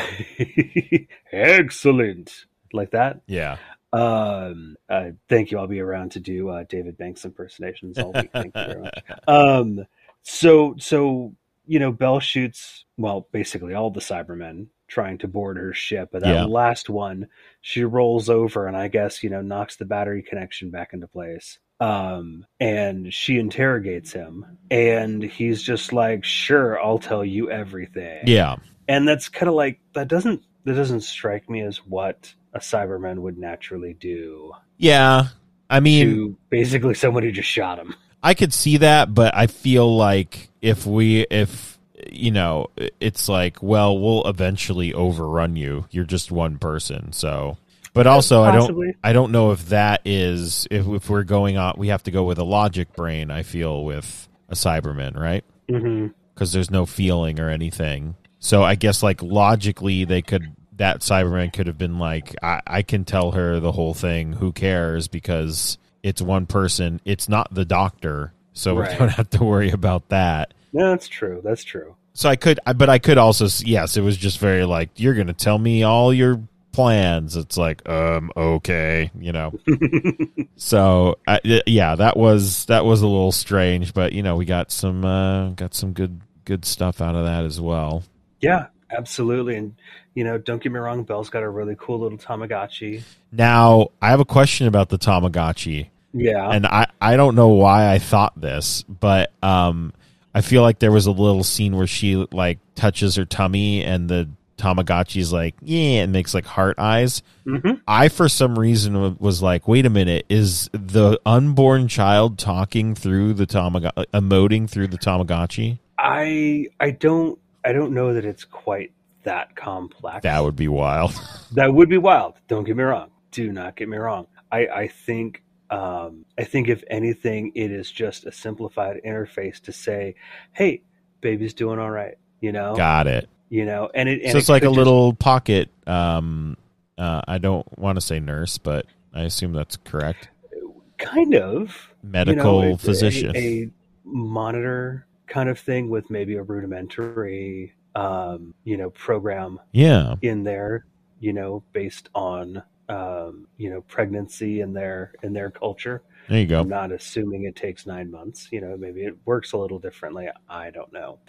Speaker 3: excellent like that.
Speaker 2: yeah.
Speaker 3: Um, uh, thank you. I'll be around to do uh, David Banks impersonations all week. Thank you very much. Um, so so you know, Bell shoots well, basically all the Cybermen trying to board her ship, but that
Speaker 2: Yeah.
Speaker 3: last one, she rolls over and I guess you know knocks the battery connection back into place. Um, and she interrogates him, and he's just like, "Sure, I'll tell you everything."
Speaker 2: Yeah.
Speaker 3: and that's kind of like that doesn't that doesn't strike me as what a cyberman would naturally do
Speaker 2: Yeah. I mean,
Speaker 3: to basically someone who just shot him
Speaker 2: I could see that, but I feel like if we if you know, it's like, well, we'll eventually overrun you. You're just one person, so but also I don't
Speaker 3: Possibly.
Speaker 2: I don't know if that is if if we're going on we have to go with a logic brain, I feel with a Cyberman, right? Mm-hmm.
Speaker 3: hmm
Speaker 2: Cuz there's no feeling or anything. So I guess like logically they could that Cyberman could have been like I, I can tell her the whole thing, who cares because it's one person. It's not the doctor, so we
Speaker 3: Right.
Speaker 2: don't have to worry about that.
Speaker 3: no that's true that's true
Speaker 2: So I could, I- but I could also, s- yes, it was just very like you're going to tell me all your plans. It's like, um, okay, you know. so I, y- yeah, that was that was a little strange, but you know, we got some uh, got some good good stuff out of that as well.
Speaker 3: yeah absolutely and you know don't get me wrong bell's got a really cool little tamagotchi
Speaker 2: Now I have a question about the Tamagotchi.
Speaker 3: yeah
Speaker 2: and I, I don't know why I thought this, but um, I feel like there was a little scene where she like touches her tummy and the Tamagotchi's like yeah, and makes like heart eyes.
Speaker 3: Mhm.
Speaker 2: I for some reason w- was like, wait a minute, is the unborn child talking through the Tamagotchi, emoting through the Tamagotchi?
Speaker 3: i i don't i don't know that it's quite that complex
Speaker 2: That would be wild.
Speaker 3: that would be wild don't get me wrong do not get me wrong i i think um i think if anything it is just a simplified interface to say hey baby's doing all right you know
Speaker 2: Got it.
Speaker 3: you know and it Oh. and
Speaker 2: so
Speaker 3: it
Speaker 2: it's like
Speaker 3: could
Speaker 2: a
Speaker 3: just-
Speaker 2: little pocket. Um, uh, I don't want to say nurse, but I assume that's correct.
Speaker 3: kind of you know,
Speaker 2: Medical
Speaker 3: a- a-
Speaker 2: physician.
Speaker 3: a, monitor kind of thing with maybe a rudimentary um you know program
Speaker 2: yeah.
Speaker 3: in there you know based on um you know pregnancy in their in their culture
Speaker 2: There you go.
Speaker 3: I'm not assuming it takes nine months. You know, maybe it works a little differently. I don't know.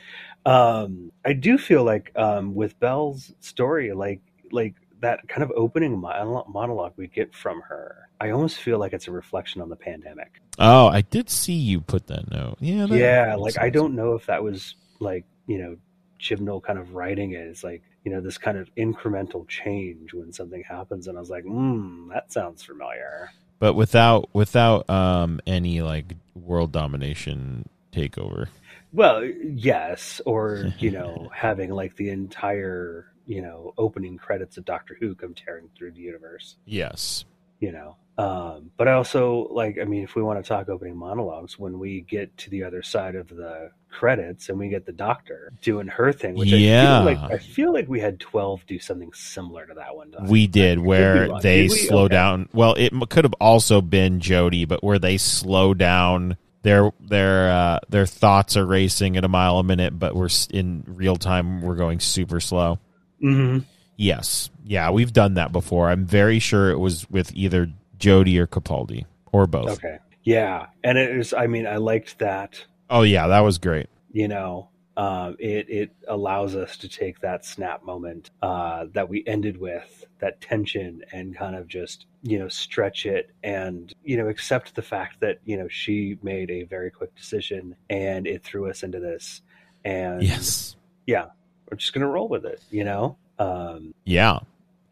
Speaker 3: Um, I do feel like um, with Belle's story, like like that kind of opening mon- monologue we get from her, I almost feel like it's a reflection on the pandemic.
Speaker 2: Oh, I did see you put that note. Yeah. Oh, that
Speaker 3: yeah,
Speaker 2: makes
Speaker 3: like I
Speaker 2: sense.
Speaker 3: don't know if that was like you know Chibnall kind of writing it. It's like you know this kind of incremental change when something happens, and I was like, hmm, that sounds familiar.
Speaker 2: But without without um any like world domination takeover.
Speaker 3: Well, yes, or you know, having like the entire you know opening credits of Doctor Who come tearing through the universe,
Speaker 2: Yes.
Speaker 3: you know. Um, but I also like, I mean, if we want to talk opening monologues, when we get to the other side of the credits and we get the Doctor doing her thing, which
Speaker 2: Yeah.
Speaker 3: I feel like I feel like we had twelve do something similar to that one time.
Speaker 2: We did where
Speaker 3: wrong.
Speaker 2: they
Speaker 3: Did we?
Speaker 2: slow
Speaker 3: Okay.
Speaker 2: down. Well, it m- could have also been Jody, but where they slow down their their uh, their thoughts are racing at a mile a minute, but we're s- in real time. We're going super slow.
Speaker 3: hmm
Speaker 2: Yes. Yeah, we've done that before. I'm very sure it was with either Jody or Capaldi or both.
Speaker 3: Okay, yeah, and it was. I mean, I liked that.
Speaker 2: Oh yeah, that was great.
Speaker 3: you know um, it it allows us to take that snap moment uh, that we ended with that tension and kind of just you know stretch it and you know accept the fact that you know she made a very quick decision and it threw us into this and
Speaker 2: Yes.
Speaker 3: we're just gonna roll with it you know um,
Speaker 2: Yeah.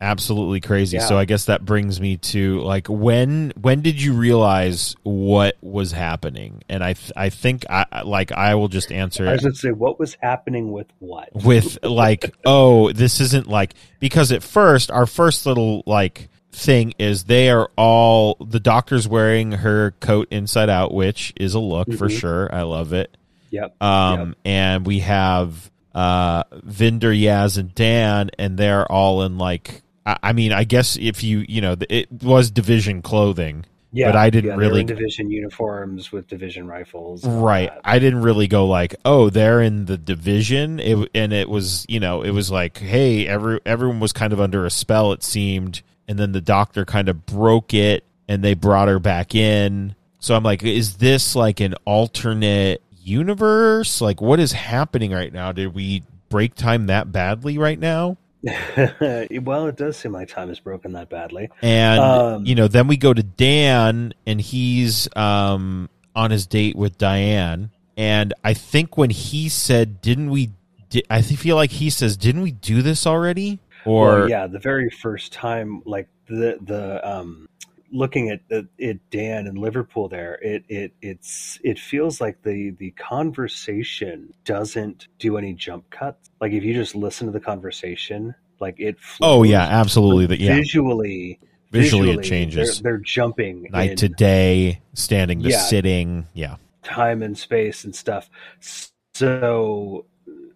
Speaker 2: absolutely crazy.
Speaker 3: Yeah.
Speaker 2: So I guess that brings me to like when when did you realize what was happening? And I th- I think I I- like I will just answer it
Speaker 3: I was going to say, what was happening with what?
Speaker 2: with like oh this isn't like because at first our first little like thing is they are all the doctor's wearing her coat inside out which is a look for
Speaker 3: Mhm.
Speaker 2: sure i love it
Speaker 3: Yep.
Speaker 2: um
Speaker 3: Yep.
Speaker 2: and we have uh vinder yaz and dan and they're all in like i, I mean i guess if you you know th- it was division clothing
Speaker 3: Yeah.
Speaker 2: but I didn't
Speaker 3: yeah, they were
Speaker 2: really-
Speaker 3: in division uniforms with division rifles. and all
Speaker 2: right
Speaker 3: that.
Speaker 2: i didn't really go like oh they're in the division it, and it was you know it was like hey every everyone was kind of under a spell it seemed and then the doctor kind of broke it and they brought her back in so i'm like is this like an alternate universe like what is happening right now did we break time that badly right now
Speaker 3: well, it does seem like time is broken that badly.
Speaker 2: and
Speaker 3: Um,
Speaker 2: you know then we go to dan and he's um on his date with diane and i think when he said didn't we di- i th- feel like he says didn't we do this already or
Speaker 3: well, yeah, the very first time, like the the um, looking at at at Dan in Liverpool, there it it it's it feels like the the conversation doesn't do any jump cuts. Like if you just listen to the conversation, like it. Flows.
Speaker 2: oh yeah absolutely that yeah
Speaker 3: Visually,
Speaker 2: visually, it changes
Speaker 3: They're, they're jumping
Speaker 2: night
Speaker 3: in
Speaker 2: to day standing to
Speaker 3: Yeah.
Speaker 2: sitting yeah
Speaker 3: time and space and stuff. So,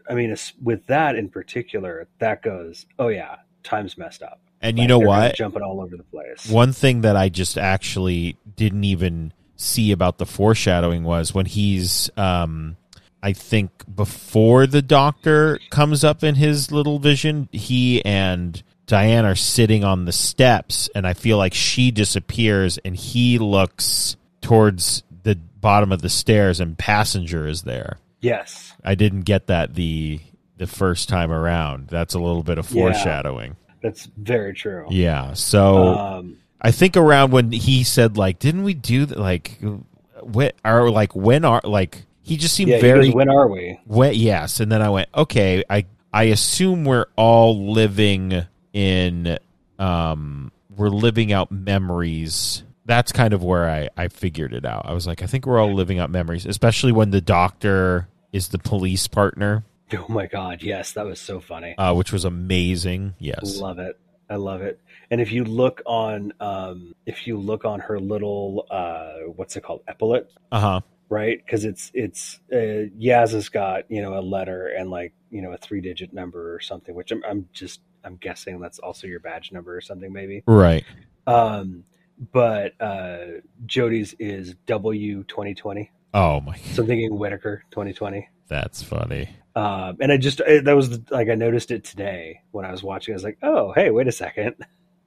Speaker 3: I mean, it's- with that in particular, that goes. Oh yeah, time's messed up.
Speaker 2: and
Speaker 3: Like,
Speaker 2: you know
Speaker 3: they're kinda
Speaker 2: what
Speaker 3: Jumping all over the place.
Speaker 2: One thing that I just actually didn't even see about the foreshadowing was when he's, um, I think, before the doctor comes up in his little vision, he and Diane are sitting on the steps, and I feel like she disappears, and he looks towards the bottom of the stairs, and passenger is there.
Speaker 3: Yes.
Speaker 2: I didn't get that the the first time around. That's a little bit of
Speaker 3: Yeah.
Speaker 2: foreshadowing.
Speaker 3: That's very true.
Speaker 2: Yeah. So.
Speaker 3: Um,
Speaker 2: I think around when he said like, didn't we do th- like, when are like when are like he just seemed
Speaker 3: yeah,
Speaker 2: very
Speaker 3: very. When are we?
Speaker 2: wet. Yes, and then I went okay. I I assume we're all living in um we're living out memories. That's kind of where I I figured it out. I was like, I think we're all living out memories, especially when the doctor is the police partner,
Speaker 3: Oh my God! Yes, that was so funny.
Speaker 2: uh, which was amazing. Yes,
Speaker 3: Love it. I love it. And if you look on, um, if you look on her little, uh, what's it called, epaulet,
Speaker 2: uh huh.
Speaker 3: right? Because it's it's uh, Yaz has got you know a letter and like you know a three digit number or something, which I'm I'm just I'm guessing that's also your badge number or something maybe.
Speaker 2: Right.
Speaker 3: Um, but uh, Jody's is W twenty twenty.
Speaker 2: Oh my,
Speaker 3: So I'm thinking Whitaker twenty twenty.
Speaker 2: that's funny.
Speaker 3: Um, and I just I, that was the, like I noticed it today when I was watching. I was like, oh hey, wait a second.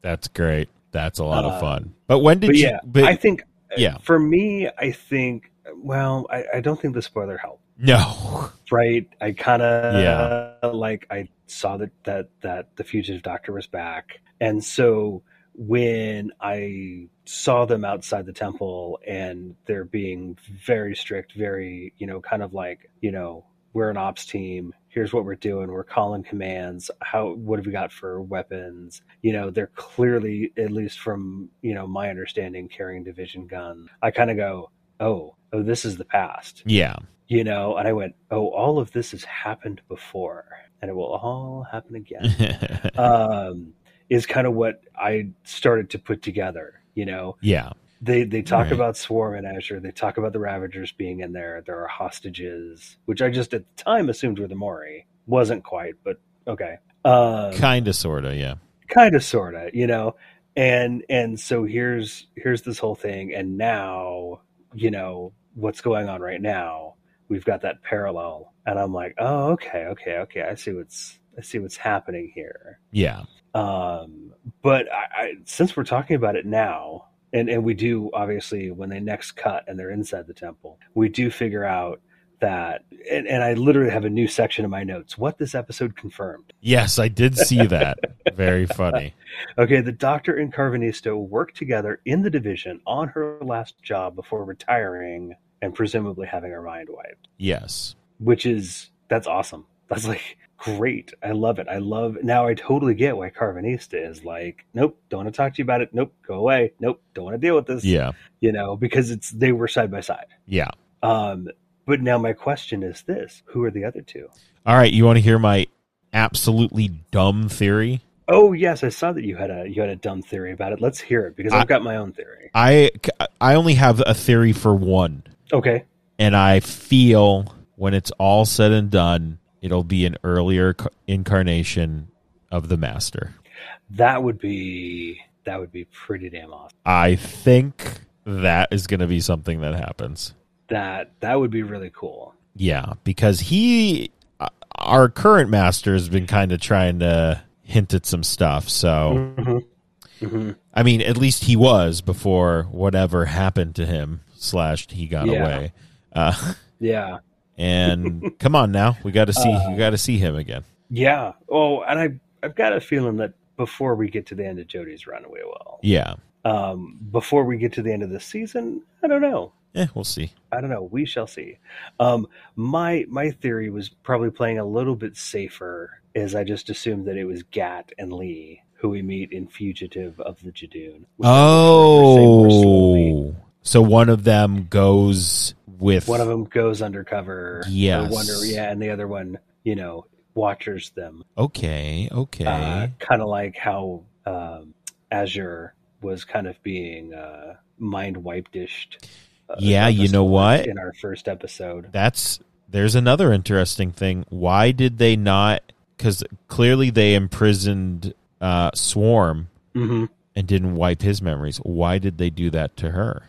Speaker 2: That's great. That's a lot of
Speaker 3: Um,
Speaker 2: fun. But when did
Speaker 3: but
Speaker 2: you?
Speaker 3: yeah,
Speaker 2: but
Speaker 3: I think
Speaker 2: yeah,
Speaker 3: for me, I think well, I, I don't think the spoiler helped.
Speaker 2: no,
Speaker 3: right? I kind of like I saw that that that the fugitive doctor was back, and so when I saw them outside the temple and they're being very strict, very you know, kind of like you know, we're an ops team. Here's what we're doing. We're calling commands. How? What have we got for weapons? You know, they're clearly, at least from you know my understanding, carrying division guns. I kind of go, oh, oh, this is the past
Speaker 2: yeah,
Speaker 3: you know and i went oh all of this has happened before and it will all happen again um is kind of what i started to put together you know
Speaker 2: yeah,
Speaker 3: they they talk
Speaker 2: Right.
Speaker 3: about swarm and azure they talk about the ravagers being in there there are hostages which i just at the time assumed were the mori wasn't quite but okay um,
Speaker 2: kind of, sort of, yeah,
Speaker 3: kind of sort of you know and and so here's here's this whole thing and now you know what's going on right now we've got that parallel and i'm like oh okay okay okay i see what's i see what's happening here
Speaker 2: yeah,
Speaker 3: um but i, I since we're talking about it now and and we do obviously when they next cut and they're inside the temple we do figure out that and, and i literally have a new section in my notes what this episode confirmed
Speaker 2: yes. I did see that. Very funny.
Speaker 3: Okay, the doctor and Carvanisto worked together in the division on her last job before retiring and presumably having her mind wiped,
Speaker 2: Yes,
Speaker 3: which is that's awesome. That's like great. I love it. I love now. I totally get why Carvanista is like, nope, don't want to talk to you about it. Nope, go away. Nope, don't want to deal with this.
Speaker 2: Yeah.
Speaker 3: You know, because it's they were side by side.
Speaker 2: Yeah.
Speaker 3: Um, but now my question is this: Who are the other two?
Speaker 2: All right. You want to hear my absolutely dumb theory?
Speaker 3: Oh yes, I saw that you had a you had a dumb theory about it. Let's hear it because
Speaker 2: I-
Speaker 3: I've got my own theory.
Speaker 2: I, I only have a theory for one.
Speaker 3: Okay.
Speaker 2: and I feel when it's all said and done, it'll be an earlier c- incarnation of the Master.
Speaker 3: That would be that would be pretty damn awesome.
Speaker 2: I think that is going to be something that happens.
Speaker 3: That that would be really cool.
Speaker 2: Yeah, because he, uh, our current Master, has been kind of trying to hint at some stuff. So,
Speaker 3: hmm
Speaker 2: I mean, at least he was before whatever happened to him, slash, he got
Speaker 3: Yeah.
Speaker 2: away. Uh,
Speaker 3: Yeah.
Speaker 2: and come on now, we got to see,
Speaker 3: Uh,
Speaker 2: we got to see him again.
Speaker 3: Yeah. Oh, and I I've got a feeling that before we get to the end of Jody's Runaway Well,
Speaker 2: Yeah.
Speaker 3: um, before we get to the end of the season, I don't know.
Speaker 2: Eh, we'll see.
Speaker 3: I don't know. We shall see. Um, my my theory was probably playing a little bit safer, as I just assumed that it was Gat and Lee who we meet in Fugitive of the Jadoon. which I would prefer say more slowly.
Speaker 2: Oh, so one of them goes with
Speaker 3: one of them goes undercover. or
Speaker 2: Yes.
Speaker 3: wonder, yeah, and the other one, you know, watchers them.
Speaker 2: Okay, okay,
Speaker 3: uh, kind of like how um, Azure was kind of being uh, mind wiped-ished. uh,
Speaker 2: Yeah, you
Speaker 3: episode
Speaker 2: know what?
Speaker 3: In our first episode,
Speaker 2: that's there's another interesting thing. Why did they not? Because clearly they imprisoned uh, Swarm
Speaker 3: hmm
Speaker 2: and didn't wipe his memories. Why did they do that to her?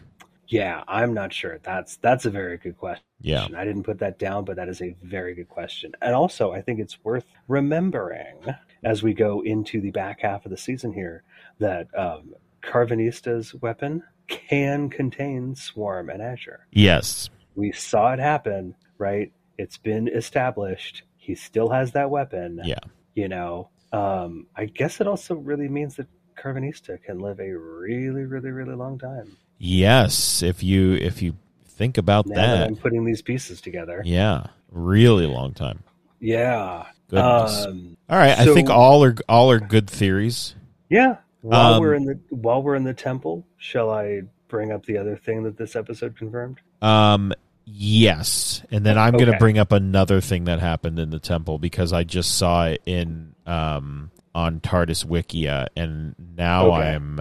Speaker 3: yeah, I'm not sure. That's that's a very good question.
Speaker 2: Yeah,
Speaker 3: I didn't put that down, but that is a very good question. And also, I think it's worth remembering as we go into the back half of the season here that um, Carvanista's weapon can contain Swarm and Azure.
Speaker 2: yes,
Speaker 3: We saw it happen, right? It's been established. He still has that weapon.
Speaker 2: Yeah.
Speaker 3: You know, um, I guess it also really means that Carvanista can live a really, really, really long time.
Speaker 2: yes. If you if you think about
Speaker 3: Now that,
Speaker 2: that,
Speaker 3: I'm putting these pieces together.
Speaker 2: yeah, really long time.
Speaker 3: Yeah.
Speaker 2: Goodness.
Speaker 3: Um,
Speaker 2: all right, I
Speaker 3: so-
Speaker 2: think all are all are good theories.
Speaker 3: yeah. While
Speaker 2: Um,
Speaker 3: we're in the while we're in the temple, shall I bring up the other thing that this episode confirmed?
Speaker 2: Um yes. And then I'm going to
Speaker 3: Okay.
Speaker 2: bring up another thing that happened in the temple because I just saw it in um on TARDIS Wikia and now
Speaker 3: Okay.
Speaker 2: I'm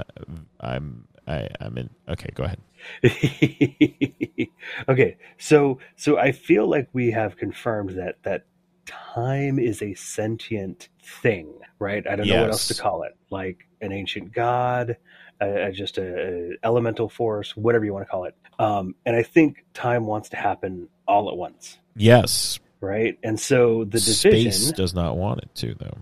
Speaker 2: I'm I, I'm in okay, go ahead.
Speaker 3: okay, so so I feel like we have confirmed that that time is a sentient thing, right? I don't know what else to
Speaker 2: Yes.
Speaker 3: call it, like an ancient god, uh, just a, a elemental force, whatever you want to call it. Um, and I think time wants to happen all at once,
Speaker 2: Yes.
Speaker 3: right? And so the division,
Speaker 2: Space does not want it to though.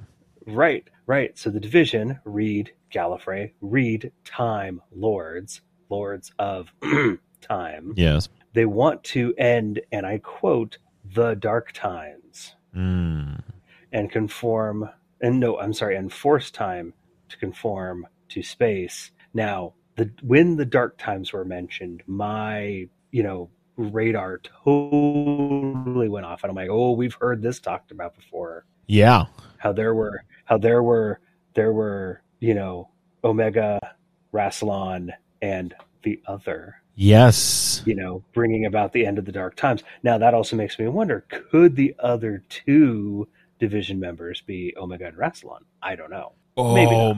Speaker 3: right, right. So the division, read Gallifrey, read time lords, lords of time
Speaker 2: Yes.
Speaker 3: they want to end, and I quote, the dark times
Speaker 2: Mm.
Speaker 3: and conform, and no, I'm sorry, and force time to conform to space. Now, the when the dark times were mentioned, my you know radar totally went off, and I'm like, oh, we've heard this talked about before.
Speaker 2: Yeah.
Speaker 3: How there were, how there were, there were, you know, Omega, Rassilon, and the other
Speaker 2: Yes.
Speaker 3: you know, bringing about the end of the dark times. Now that also makes me wonder: could the other two division members be Omega and Rassilon? I don't know, Maybe
Speaker 2: Oh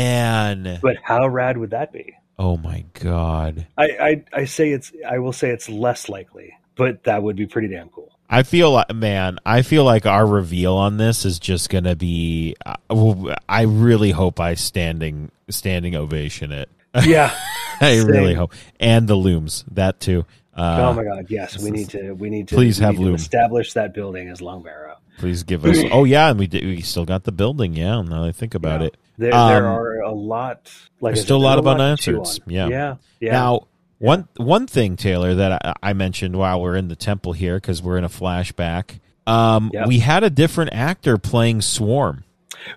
Speaker 2: man.
Speaker 3: but how rad would that be?
Speaker 2: Oh my god.
Speaker 3: I, I I say it's I will say it's less likely, but that would be pretty damn cool.
Speaker 2: I feel like, man, I feel like our reveal on this is just going to be. I- well, I really hope I standing standing ovation it.
Speaker 3: Yeah.
Speaker 2: I
Speaker 3: Same.
Speaker 2: really hope, and the looms that too.
Speaker 3: oh
Speaker 2: Uh,
Speaker 3: my God. Yes, we need to. We need to.
Speaker 2: Please
Speaker 3: we
Speaker 2: have
Speaker 3: need to
Speaker 2: Loom.
Speaker 3: establish that building as Long Barrow.
Speaker 2: please give us. Oh yeah, and we did, we still got the building. Yeah, now that I think about
Speaker 3: Yeah.
Speaker 2: it.
Speaker 3: There,
Speaker 2: Um,
Speaker 3: there are a lot. Like I
Speaker 2: there's
Speaker 3: said,
Speaker 2: still a lot of
Speaker 3: to chew
Speaker 2: unanswereds.
Speaker 3: on.
Speaker 2: Yeah.
Speaker 3: Yeah. Yeah.
Speaker 2: Now, one one thing, Taylor, that I, I mentioned while we're in the temple here, because we're in a flashback. Um,
Speaker 3: Yep.
Speaker 2: we had a different actor playing Swarm,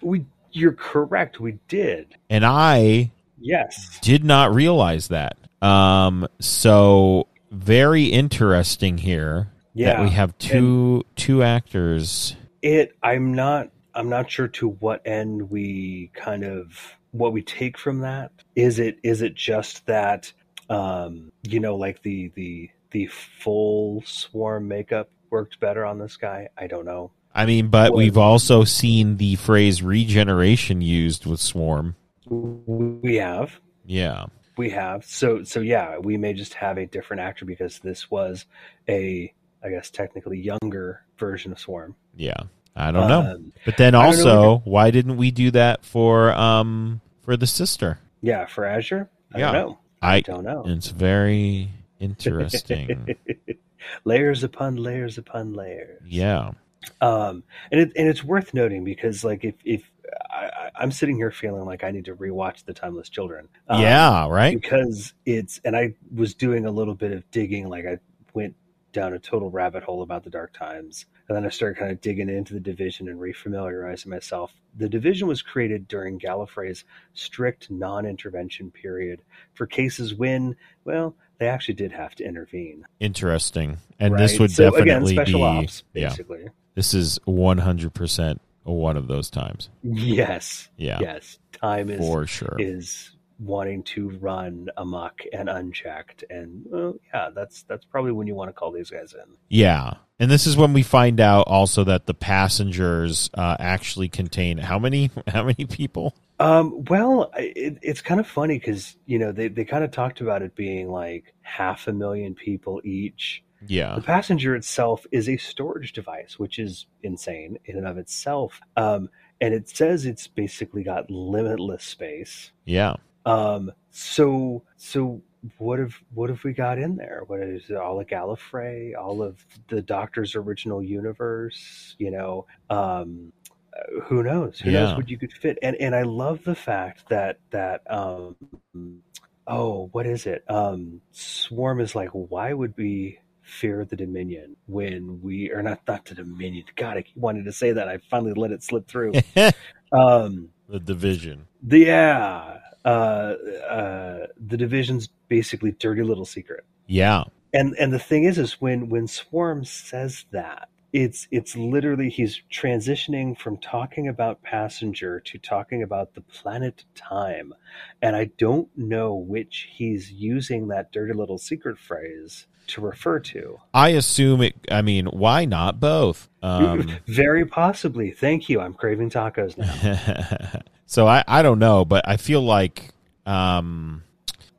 Speaker 3: we. You're correct. We did.
Speaker 2: and I
Speaker 3: Yes.
Speaker 2: did not realize that. Um, so very interesting here
Speaker 3: Yeah.
Speaker 2: that we have two two actors
Speaker 3: it i'm not i'm not sure to what end we kind of what we take from that is it is it just that um you know like the the the full swarm makeup worked better on this guy i don't know
Speaker 2: I mean, but
Speaker 3: Well-
Speaker 2: we've also seen the phrase regeneration used with Swarm.
Speaker 3: we have
Speaker 2: Yeah.
Speaker 3: we have so so yeah we may just have a different actor because this was a i guess technically younger version of swarm
Speaker 2: Yeah. I don't know.
Speaker 3: Um,
Speaker 2: But then
Speaker 3: I don't know
Speaker 2: also, why didn't we do that for um for the sister?
Speaker 3: yeah for azure i
Speaker 2: Yeah.
Speaker 3: don't know i
Speaker 2: I
Speaker 3: don't know
Speaker 2: it's very interesting.
Speaker 3: layers upon layers upon layers
Speaker 2: yeah.
Speaker 3: um and it and it's worth noting because like if if I, I- i'm sitting here feeling like i need to rewatch the timeless children Um,
Speaker 2: yeah, right?
Speaker 3: because it's and i was doing a little bit of digging like i went down a total rabbit hole about the dark times and then i started kind of digging into the division and refamiliarizing myself the division was created during gallifrey's strict non-intervention period for cases when well they actually did have to intervene
Speaker 2: Interesting. And
Speaker 3: right?
Speaker 2: this would
Speaker 3: so again
Speaker 2: definitely
Speaker 3: special
Speaker 2: be
Speaker 3: ops
Speaker 2: yeah.
Speaker 3: basically
Speaker 2: This is 100% one of those times.
Speaker 3: yes
Speaker 2: Yeah.
Speaker 3: yes time is
Speaker 2: for sure.
Speaker 3: is wanting to run amok and unchecked and well yeah that's that's probably when you want to call these guys in
Speaker 2: Yeah. And this is when we find out also that the passengers uh, actually contain how many how many people?
Speaker 3: um well I- it, it's kind of funny because you know they, they kind of talked about it being like half a million people each
Speaker 2: Yeah.
Speaker 3: the passenger itself is a storage device which is insane in and of itself um and it says it's basically got limitless space
Speaker 2: Yeah.
Speaker 3: Um, so so what have what have we got in there? What is it, all of Gallifrey, all of the Doctor's original universe? You know, um, uh, who knows? Who
Speaker 2: Yeah.
Speaker 3: knows what you could fit? And and I love the fact that that um, oh, what is it? Um, Swarm is like, why would we? fear the dominion when we are not not the dominion god i keep wanting to say that i finally let it slip through
Speaker 2: the
Speaker 3: um
Speaker 2: division.
Speaker 3: the yeah, uh, uh, the division's basically dirty little secret.
Speaker 2: Yeah.
Speaker 3: And and the thing is, is when when Swarm says that, it's it's literally he's transitioning from talking about passenger to talking about the planet time, and I don't know which he's using that dirty little secret phrase to refer to.
Speaker 2: I assume it I mean, why not both? Um
Speaker 3: Very possibly. Thank you. I'm craving tacos now.
Speaker 2: so I, I don't know, but I feel like um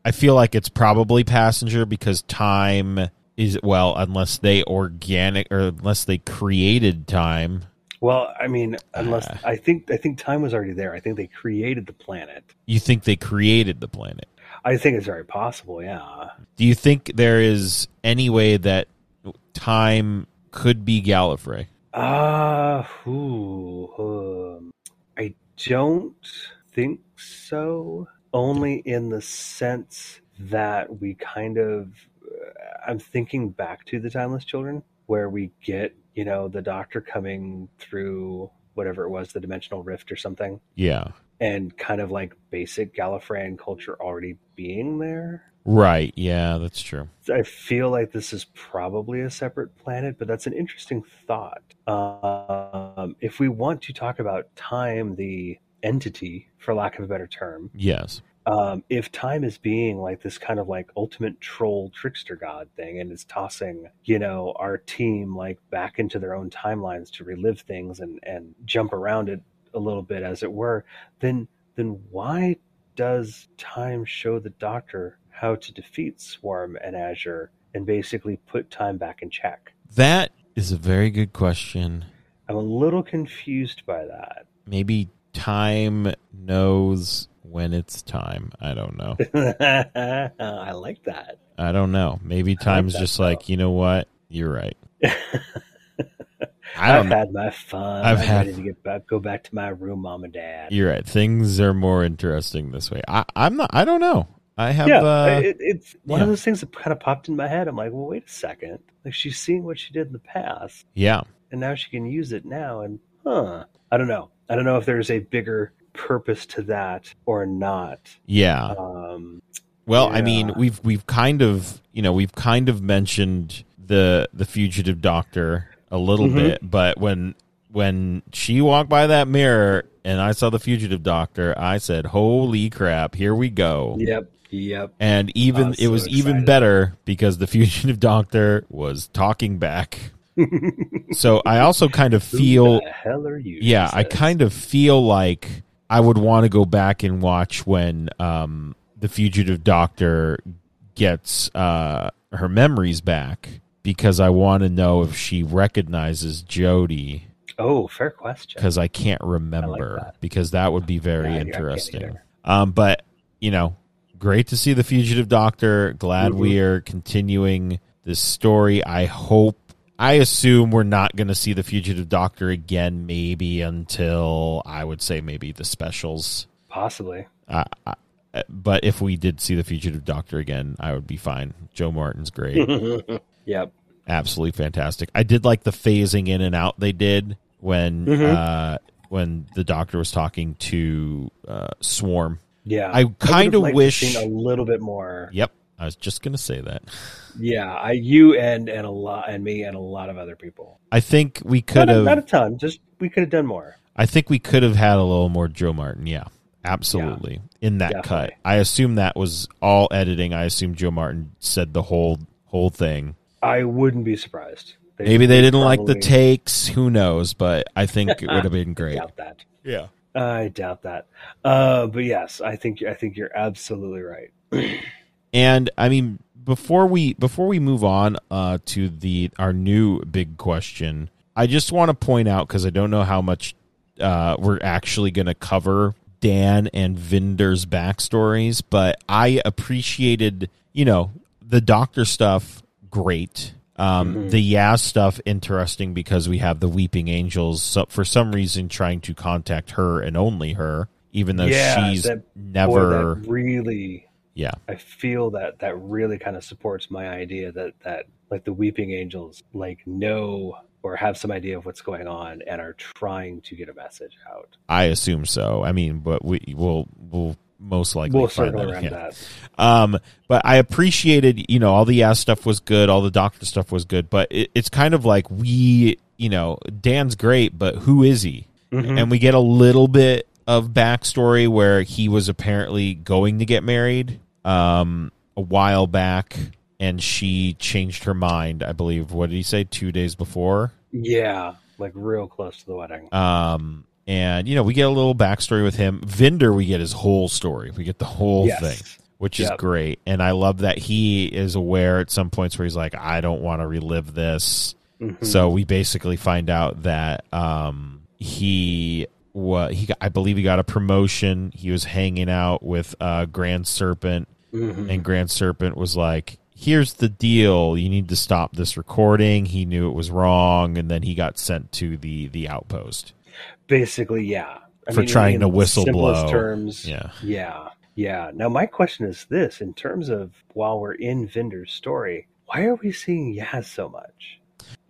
Speaker 2: I feel like it's probably passenger because time is well, unless they organic or unless they created time.
Speaker 3: Well, I mean, unless
Speaker 2: Ah.
Speaker 3: I think I think time was already there. I think they created the planet.
Speaker 2: You think they created the planet?
Speaker 3: I think it's very possible. Yeah.
Speaker 2: Do you think there is any way that time could be Gallifrey?
Speaker 3: Uh, ooh, um, I don't think so. Only in the sense that we kind of, uh, I'm thinking back to the Timeless Children, where we get you know the Doctor coming through whatever it was, the dimensional rift or something,
Speaker 2: Yeah.
Speaker 3: and kind of like basic Gallifreyan culture already being there.
Speaker 2: Right. Yeah, that's true.
Speaker 3: I feel like this is probably a separate planet, but that's an interesting thought. Um, if we want to talk about time, the entity, for lack of a better term,
Speaker 2: Yes.
Speaker 3: um, if time is being like this kind of like ultimate troll trickster god thing and is tossing, you know, our team like back into their own timelines to relive things and, and jump around it a little bit, as it were, then then why does time show the doctor how to defeat Swarm and Azure and basically put time back in check?
Speaker 2: That is a very good question.
Speaker 3: I'm a little confused by that.
Speaker 2: Maybe time knows when it's time. I don't know.
Speaker 3: I like that.
Speaker 2: I don't know. Maybe time's
Speaker 3: that
Speaker 2: just
Speaker 3: thought.
Speaker 2: like, you know what? You're right. I don't
Speaker 3: have
Speaker 2: know.
Speaker 3: had my fun.
Speaker 2: I've
Speaker 3: I'm
Speaker 2: had-
Speaker 3: ready to get back, go back to my room, mom and dad.
Speaker 2: You're right. Things are more interesting this way. I, I'm not I don't know. I have
Speaker 3: yeah,
Speaker 2: uh,
Speaker 3: it, it's one of
Speaker 2: yeah.
Speaker 3: those things that kind of popped in my head. I'm like, well, wait a second. Like she's seeing what she did in the past,
Speaker 2: yeah.
Speaker 3: and now she can use it now. And huh, I don't know. I don't know if there's a bigger purpose to that or not.
Speaker 2: Yeah.
Speaker 3: Um,
Speaker 2: Well, I
Speaker 3: Yeah.
Speaker 2: mean, we've we've kind of you know we've kind of mentioned the the fugitive doctor a little
Speaker 3: Mhm.
Speaker 2: bit, but when when she walked by that mirror and I saw the fugitive doctor, I said, "Holy crap, here we go."
Speaker 3: Yep. Yep.
Speaker 2: And even
Speaker 3: I was
Speaker 2: it
Speaker 3: so
Speaker 2: was even
Speaker 3: excited.
Speaker 2: better because the fugitive doctor was talking back. so I also kind of
Speaker 3: Who
Speaker 2: feel
Speaker 3: the hell are you?
Speaker 2: yeah,
Speaker 3: She
Speaker 2: I
Speaker 3: said.
Speaker 2: kind of feel like I would want to go back and watch when um, the fugitive doctor gets uh, her memories back because I want to know if she recognizes Jody
Speaker 3: Oh, fair question.
Speaker 2: because I can't remember
Speaker 3: that.
Speaker 2: because that would be very
Speaker 3: Yeah, I- I can't
Speaker 2: interesting.
Speaker 3: either.
Speaker 2: Um, but you know, great to see the fugitive doctor. Glad
Speaker 3: Mhm.
Speaker 2: we are continuing this story. I hope. I assume we're not going to see the fugitive doctor again, maybe until I would say maybe the specials.
Speaker 3: Possibly.
Speaker 2: Uh, I, but if we did see the fugitive doctor again, I would be fine. Joe Martin's great,
Speaker 3: Yep.
Speaker 2: absolutely fantastic. I did like the phasing in and out they did when
Speaker 3: Mhm.
Speaker 2: uh, when the doctor was talking to uh, Swarm.
Speaker 3: Yeah.
Speaker 2: I kind
Speaker 3: would've
Speaker 2: of
Speaker 3: liked to
Speaker 2: wish.
Speaker 3: seen a little bit more.
Speaker 2: Yep, I was just gonna say that.
Speaker 3: Yeah, I you and and a lot and me and a lot of other people.
Speaker 2: I think we
Speaker 3: Not
Speaker 2: could
Speaker 3: a, not a
Speaker 2: have.
Speaker 3: ton. Just we could have done more.
Speaker 2: I think we could have had a little more Joe Martin. Yeah, absolutely. In that cut,
Speaker 3: Definitely.
Speaker 2: I assume that was all editing. I assume Joe Martin said the whole whole thing.
Speaker 3: I wouldn't be surprised.
Speaker 2: Maybe they didn't like the
Speaker 3: probably-
Speaker 2: takes. Who knows? But I think it would have been great.
Speaker 3: Doubt that.
Speaker 2: Yeah.
Speaker 3: I doubt that. Uh, but yes, I think I think you're absolutely right.
Speaker 2: And I mean, before we before we move on uh, to the our new big question, I just want to point out because I don't know how much uh, we're actually going to cover Dan and Vinder's backstories, but I appreciated you know the Doctor stuff great. Um,
Speaker 3: Mhm.
Speaker 2: The Yaz stuff interesting because we have the Weeping Angels so, for some reason trying to contact her and only her, even though
Speaker 3: Yeah,
Speaker 2: she's
Speaker 3: that- Boy,
Speaker 2: never
Speaker 3: that really.
Speaker 2: Yeah.
Speaker 3: I feel that that really kind of supports my idea that that like the weeping angels like know or have some idea of what's going on and are trying to get a message out.
Speaker 2: I assume so. I mean, but we will will most likely
Speaker 3: we'll
Speaker 2: find
Speaker 3: circle
Speaker 2: that.
Speaker 3: around
Speaker 2: yeah.
Speaker 3: that.
Speaker 2: Um, but I appreciated, you know, all the ass stuff was good, all the doctor stuff was good, but it, it's kind of like we, you know, Dan's great, but who is he?
Speaker 3: Mhm.
Speaker 2: And we get a little bit of backstory where he was apparently going to get married um a while back and she changed her mind, I believe. What did he say? Two days before?
Speaker 3: Yeah, like real close to the wedding.
Speaker 2: Um, and you know, we get a little backstory with him. Vinder, we get his whole story. We get the whole
Speaker 3: Yes.
Speaker 2: thing, which is
Speaker 3: Yep.
Speaker 2: great. And I love that he is aware at some points where he's like, I don't want to relive this.
Speaker 3: Mhm.
Speaker 2: So we basically find out that um he what he got, I believe he got a promotion. He was hanging out with uh Grand Serpent
Speaker 3: Mhm.
Speaker 2: and Grand Serpent was like, "Here's the deal. You need to stop this recording." He knew it was wrong and then he got sent to the the outpost.
Speaker 3: basically, yeah.
Speaker 2: For trying to
Speaker 3: the
Speaker 2: whistle
Speaker 3: simplest
Speaker 2: blow.
Speaker 3: Terms,
Speaker 2: Yeah.
Speaker 3: Yeah, yeah. Now my question is this: in terms of while we're in Vinder's story, why are we seeing Yaz so much?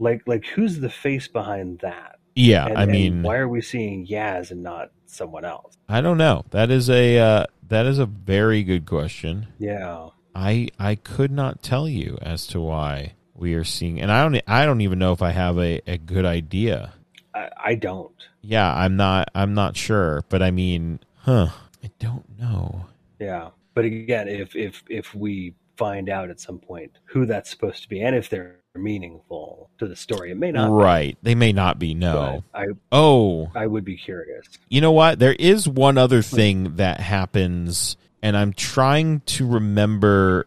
Speaker 3: Like, like who's the face behind that?
Speaker 2: Yeah,
Speaker 3: And-
Speaker 2: I
Speaker 3: and
Speaker 2: mean,
Speaker 3: why are we seeing Yaz and not someone else?
Speaker 2: I don't know. That is a uh, that is a very good question.
Speaker 3: Yeah,
Speaker 2: I I could not tell you as to why we are seeing, and I don't I don't even know if I have a, a good idea.
Speaker 3: I, I don't.
Speaker 2: Yeah, I'm not I'm not sure, but I mean, huh? I don't know.
Speaker 3: Yeah, but again, if if if we find out at some point who that's supposed to be and if they're meaningful to the story, it may not. be,
Speaker 2: right? They may not be. No.
Speaker 3: but I
Speaker 2: Oh,
Speaker 3: I would be curious.
Speaker 2: you know what? There is one other thing that happens, and I'm trying to remember.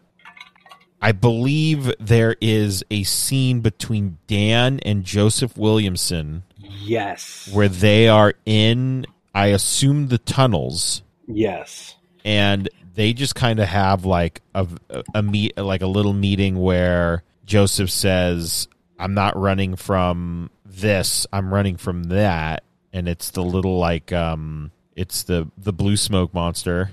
Speaker 2: I believe there is a scene between Dan and Joseph Williamson
Speaker 3: Yes.
Speaker 2: where they are in, I assume, the tunnels,
Speaker 3: yes.
Speaker 2: and they just kind of have like a, a meet, like a little meeting where Joseph says, "I'm not running from this. I'm running from that," and it's the little like um, it's the the blue smoke monster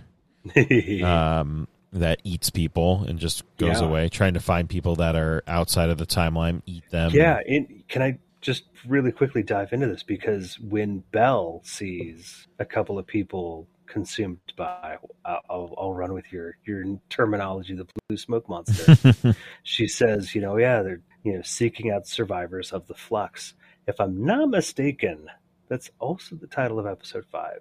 Speaker 2: um, that eats people and just goes
Speaker 3: Yeah.
Speaker 2: away, trying to find people that are outside of the timeline, eat them.
Speaker 3: yeah. It, can I just really quickly dive into this because when Bell sees a couple of people consumed by, I'll, I'll run with your your terminology, the blue smoke monster. she says, you know, yeah, they're you know seeking out survivors of the flux. If I'm not mistaken, that's also the title of episode five.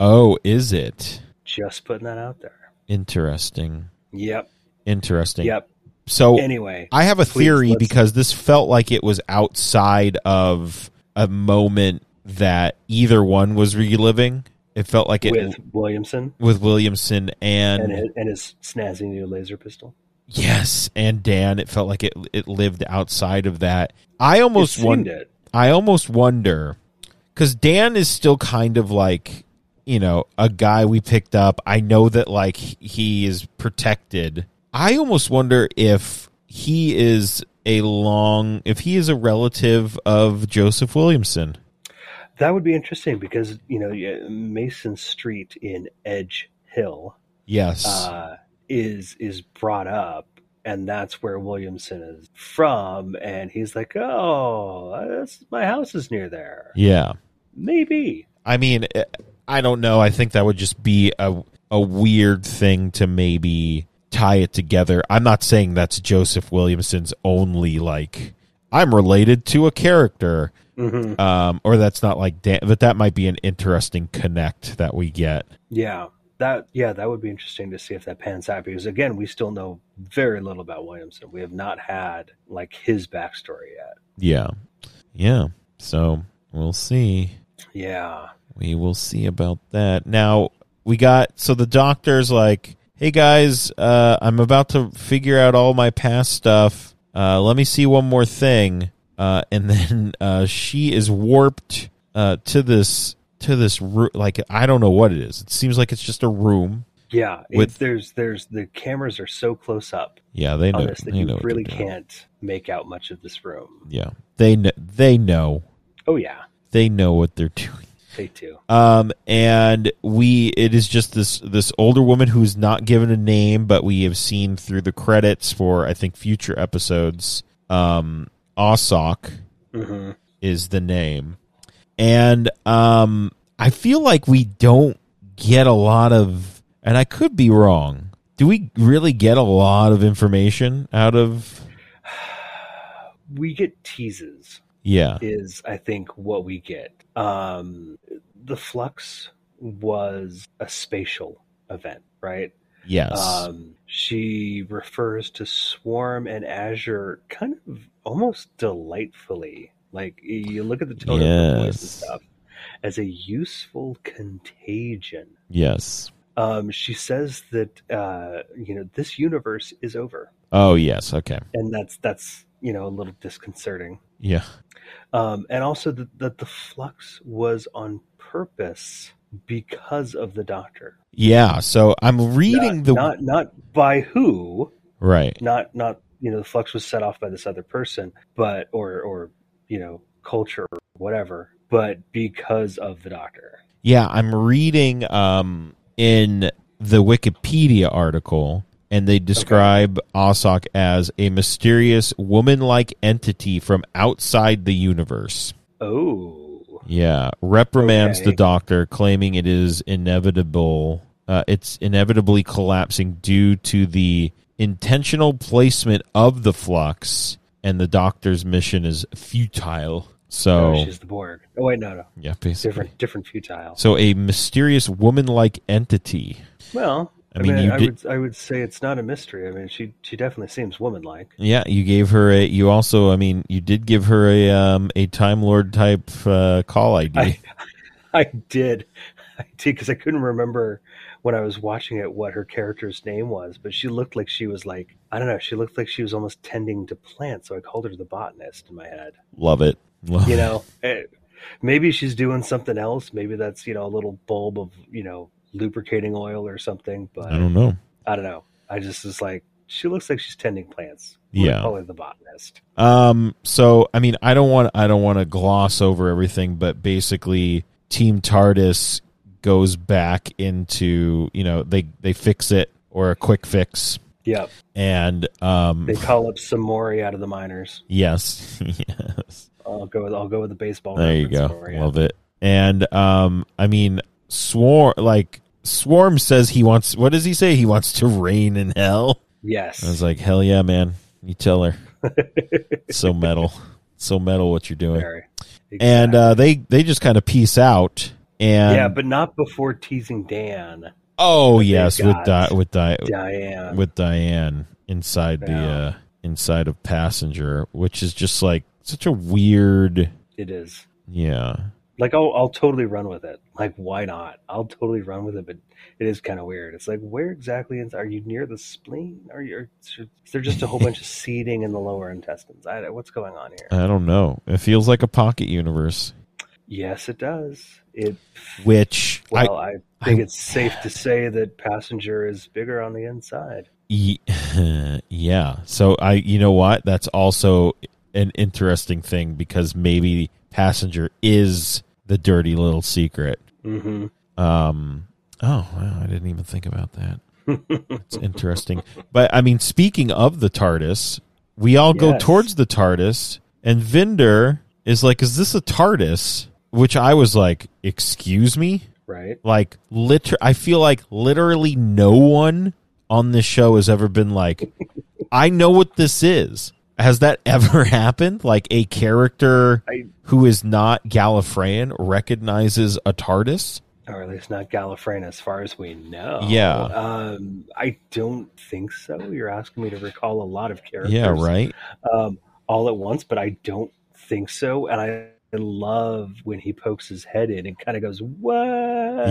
Speaker 2: Oh, is it?
Speaker 3: Just putting that out there.
Speaker 2: Interesting.
Speaker 3: Yep.
Speaker 2: Interesting.
Speaker 3: Yep.
Speaker 2: So
Speaker 3: Anyway,
Speaker 2: I have a
Speaker 3: Please,
Speaker 2: theory
Speaker 3: let's-
Speaker 2: because this felt like it was outside of a moment that either one was reliving. It felt like it Mm-hmm.
Speaker 3: with Williamson
Speaker 2: with Williamson and,
Speaker 3: and his, and his snazzy new laser pistol.
Speaker 2: yes, and Dan. It felt like it it lived outside of that. I almost
Speaker 3: It seemed
Speaker 2: wonder.
Speaker 3: it.
Speaker 2: I almost wonder because Dan is still kind of like you know a guy we picked up. I know that like he is protected. I almost wonder if he is a long if he is a relative of Joseph Williamson.
Speaker 3: That would be interesting because you know yeah, Mason Street in Edge Hill
Speaker 2: Yes.
Speaker 3: uh, is is brought up, and that's where Williamson is from, and he's like, "Oh, that's, my house is near there.
Speaker 2: yeah.
Speaker 3: Maybe
Speaker 2: I mean, eh, I don't know. I think that would just be a a weird thing to maybe tie it together. I'm not saying that's Joseph Williamson's only like I'm related to a character,
Speaker 3: Mhm.
Speaker 2: um, or that's not like Dan, but that might be an interesting connect that we get.
Speaker 3: yeah." That yeah, that would be interesting to see if that pans out because again, we still know very little about Williamson. We have not had like his backstory yet.
Speaker 2: Yeah, yeah. So we'll see.
Speaker 3: Yeah,
Speaker 2: We will see about that. Now we got so the doctor's like, "Hey guys, uh, I'm about to figure out all my past stuff. Uh, let me see one more thing." Uh, and then uh, she is warped uh, to this to this ru- like I don't know what it is. It seems like it's just a room.
Speaker 3: yeah. it-
Speaker 2: With-
Speaker 3: there's there's the cameras are so close up
Speaker 2: Yeah, they know.
Speaker 3: on this that
Speaker 2: they know
Speaker 3: you
Speaker 2: what they're
Speaker 3: really
Speaker 2: doing.
Speaker 3: can't make out much of this room.
Speaker 2: Yeah, they know. They know.
Speaker 3: Oh yeah,
Speaker 2: They know what they're doing.
Speaker 3: they do.
Speaker 2: um and we it is just this this older woman who's not given a name but we have seen through the credits for i think future episodes um osok
Speaker 3: hmm
Speaker 2: is the name and um i feel like we don't get a lot of and i could be wrong do we really get a lot of information out of
Speaker 3: We get teases.
Speaker 2: yeah
Speaker 3: Is I think what we get. Um, the flux was a spatial event, right?
Speaker 2: yes
Speaker 3: Um, she refers to Swarm and Azure kind of almost delightfully. Like you look at the tone of her voice and
Speaker 2: Yes.
Speaker 3: stuff as a useful contagion.
Speaker 2: yes
Speaker 3: Um, she says that uh, you know this universe is over,
Speaker 2: oh yes okay
Speaker 3: and that's that's you know a little disconcerting.
Speaker 2: yeah
Speaker 3: Um, and also that, that the flux was on purpose because of the Doctor.
Speaker 2: yeah so i'm reading
Speaker 3: not,
Speaker 2: the
Speaker 3: not not by who,
Speaker 2: right
Speaker 3: not not you know the flux was set off by this other person but or or you know culture or whatever but because of the doctor
Speaker 2: Yeah, I'm reading um, in the Wikipedia article, and they describe Osok as a mysterious woman like entity from outside the universe.
Speaker 3: oh
Speaker 2: Yeah, reprimands the
Speaker 3: Okay.
Speaker 2: doctor, claiming it is inevitable. Uh, it's inevitably collapsing due to the intentional placement of the flux, and the doctor's mission is futile. So,
Speaker 3: she's the borg oh wait no no
Speaker 2: yeah, basically.
Speaker 3: different different futile
Speaker 2: So, a mysterious woman like entity.
Speaker 3: well
Speaker 2: I
Speaker 3: i,
Speaker 2: mean,
Speaker 3: mean,
Speaker 2: you
Speaker 3: i
Speaker 2: did-
Speaker 3: would i would say it's not a mystery i mean she she definitely seems woman-like
Speaker 2: Yeah, you gave her a. You also, I mean, you did give her a um a Time Lord type uh, call ID.
Speaker 3: I, I did. I did because I couldn't remember when I was watching it what her character's name was, but she looked like she was like I don't know. She looked like she was almost tending to plants, so I called her the botanist in my head.
Speaker 2: Love it. Love
Speaker 3: You
Speaker 2: it.
Speaker 3: know, Eh, maybe she's doing something else. Maybe that's you know a little bulb of you know lubricating oil or something. But
Speaker 2: I don't know.
Speaker 3: I don't know. I just was like she looks like she's tending plants. I'm gonna
Speaker 2: Yeah.
Speaker 3: call her the botanist.
Speaker 2: Um. So I mean, I don't want. I don't want to gloss over everything, but basically, Team TARDIS goes back into you know they they fix it or a quick fix
Speaker 3: Yep,
Speaker 2: and um
Speaker 3: they call up Samori out of the miners.
Speaker 2: yes yes
Speaker 3: I'll go. With, I'll go with the baseball.
Speaker 2: There you go.
Speaker 3: reference for ya.
Speaker 2: Love it. And um, I mean, Swarm like Swarm says he wants. What does he say? He wants to reign in hell. I was
Speaker 3: Yes.
Speaker 2: like, hell yeah, man! You tell her. so metal, so metal. What you're doing?
Speaker 3: Very.
Speaker 2: and uh, they they just kind of peace out. And
Speaker 3: yeah, but not before teasing Dan,
Speaker 2: oh
Speaker 3: they
Speaker 2: yes, with Di-
Speaker 3: got
Speaker 2: with Di-
Speaker 3: Diane.
Speaker 2: with Diane inside the
Speaker 3: Yeah.
Speaker 2: uh, inside of passenger, which is just like such a weird.
Speaker 3: it is
Speaker 2: Yeah,
Speaker 3: like, oh, I'll totally run with it. Like, why not? I'll totally run with it. But it is kind of weird. It's like, where exactly is? Are you near the spleen? Are you? Is there just a whole bunch of seeding in the lower intestines? I, what's going on here?
Speaker 2: I don't know. It feels like a pocket universe,
Speaker 3: Yes, it does. It
Speaker 2: which I
Speaker 3: well, I, think
Speaker 2: I-
Speaker 3: it's safe to say that passenger is bigger on the inside.
Speaker 2: Ye- yeah. So I, you know what? That's also an interesting thing because maybe passenger is the dirty little secret.
Speaker 3: hmm
Speaker 2: Um. Oh wow! I didn't even think about that. It's interesting. but I mean, speaking of the TARDIS, we all go
Speaker 3: Yes.
Speaker 2: towards the TARDIS, and Vinder is like, "Is this a TARDIS?" Which I was like, "Excuse me."
Speaker 3: right.
Speaker 2: like liter I feel like literally no one on this show has ever been like I know what this is. Has that ever happened? Like a character
Speaker 3: I-
Speaker 2: who is not Gallifreyan recognizes a TARDIS?
Speaker 3: or at least not Gallifreyan, as far as we know.
Speaker 2: Yeah.
Speaker 3: um, I don't think so. You're asking me to recall a lot of characters,
Speaker 2: Yeah, right.
Speaker 3: Um, all at once, but I don't think so. And I love when he pokes his head in and kind of goes, "What?"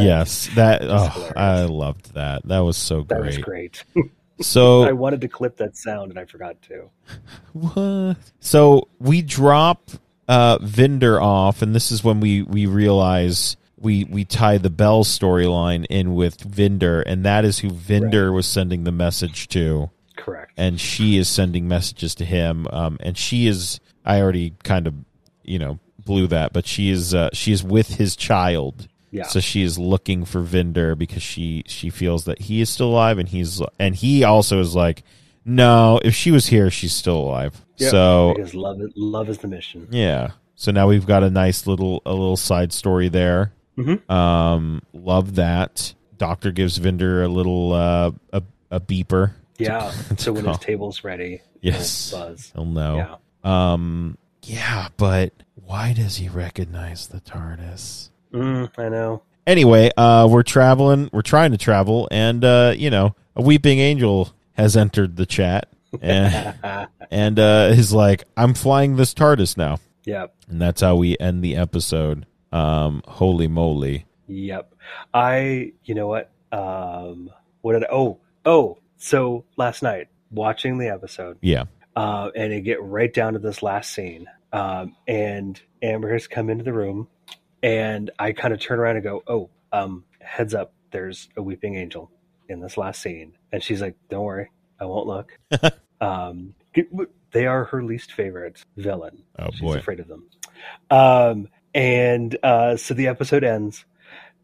Speaker 2: Yes, that. Oh,
Speaker 3: hilarious.
Speaker 2: I loved that. That was so
Speaker 3: that
Speaker 2: great.
Speaker 3: was great. I
Speaker 2: So
Speaker 3: wanted to clip that sound and I forgot to.
Speaker 2: what? So we drop uh Vinder off, and this is when we we realize we we tie the Bell storyline in with Vinder, and that is who Vinder was sending the message to,
Speaker 3: Correct.
Speaker 2: and she is sending messages to him, um, and she is I already kind of you know blew that, but she is uh, she is with his child.
Speaker 3: Yeah.
Speaker 2: So she is looking for Vinder because she she feels that he is still alive, and he's and he also is like, no, if she was here, she's still alive.
Speaker 3: Yep.
Speaker 2: So
Speaker 3: because love, love is the mission.
Speaker 2: yeah. So now we've got a nice little a little side story there.
Speaker 3: Mhm.
Speaker 2: Um, love that. Doctor gives Vinder a little uh, a a beeper.
Speaker 3: Yeah. So when
Speaker 2: call.
Speaker 3: his table's ready,
Speaker 2: Yes. Oh.
Speaker 3: it'll buzz.
Speaker 2: He'll know.
Speaker 3: Yeah.
Speaker 2: Um, yeah, but why does he recognize the TARDIS?
Speaker 3: Mm, I know.
Speaker 2: Anyway, uh, we're traveling. We're trying to travel, and uh, you know, a weeping angel has entered the chat, and
Speaker 3: Ah,
Speaker 2: and uh, is like, "I'm flying this TARDIS now."
Speaker 3: yep.
Speaker 2: And that's how we end the episode. Um, holy moly.
Speaker 3: Yep. I, you know what? Um, what did I, oh, oh, so last night watching the episode,
Speaker 2: Yeah.
Speaker 3: uh, and it get right down to this last scene. Um, and Amber has come into the room and I kind of turn around and go, Oh, um, heads up. There's a weeping angel in this last scene. And she's like, don't worry. I won't look. um, they are her least favorite villain.
Speaker 2: Oh
Speaker 3: She's afraid of them. Um, and uh, so the episode ends,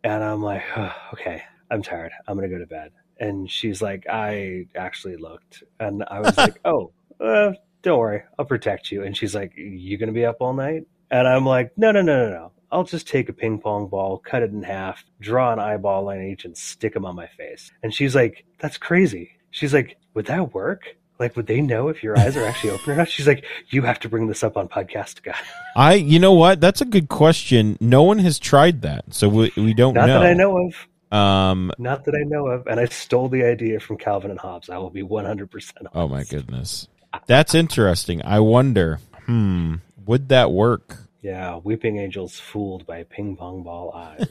Speaker 3: and I'm like, "Ugh, okay, I'm tired. I'm gonna go to bed. And she's like, I actually looked, and I was like, oh, uh, don't worry, I'll protect you. And she's like, you gonna be up all night? And I'm like, no, no, no, no, no. I'll just take a ping pong ball, cut it in half, draw an eyeball on each, and stick them on my face. And she's like, that's crazy. She's like, would that work? Like, would they know if your eyes are actually open or not? She's like, you have to bring this up on Podcastica.
Speaker 2: I you know what? That's a good question. No one has tried that. So we, we don't
Speaker 3: Not
Speaker 2: know.
Speaker 3: that I know of.
Speaker 2: Um
Speaker 3: Not that I know of. And I stole the idea from Calvin and Hobbes. I will be 100% honest.
Speaker 2: oh my goodness. That's interesting. I wonder, hmm, would that work?
Speaker 3: Yeah, Weeping Angels fooled by ping pong ball eyes.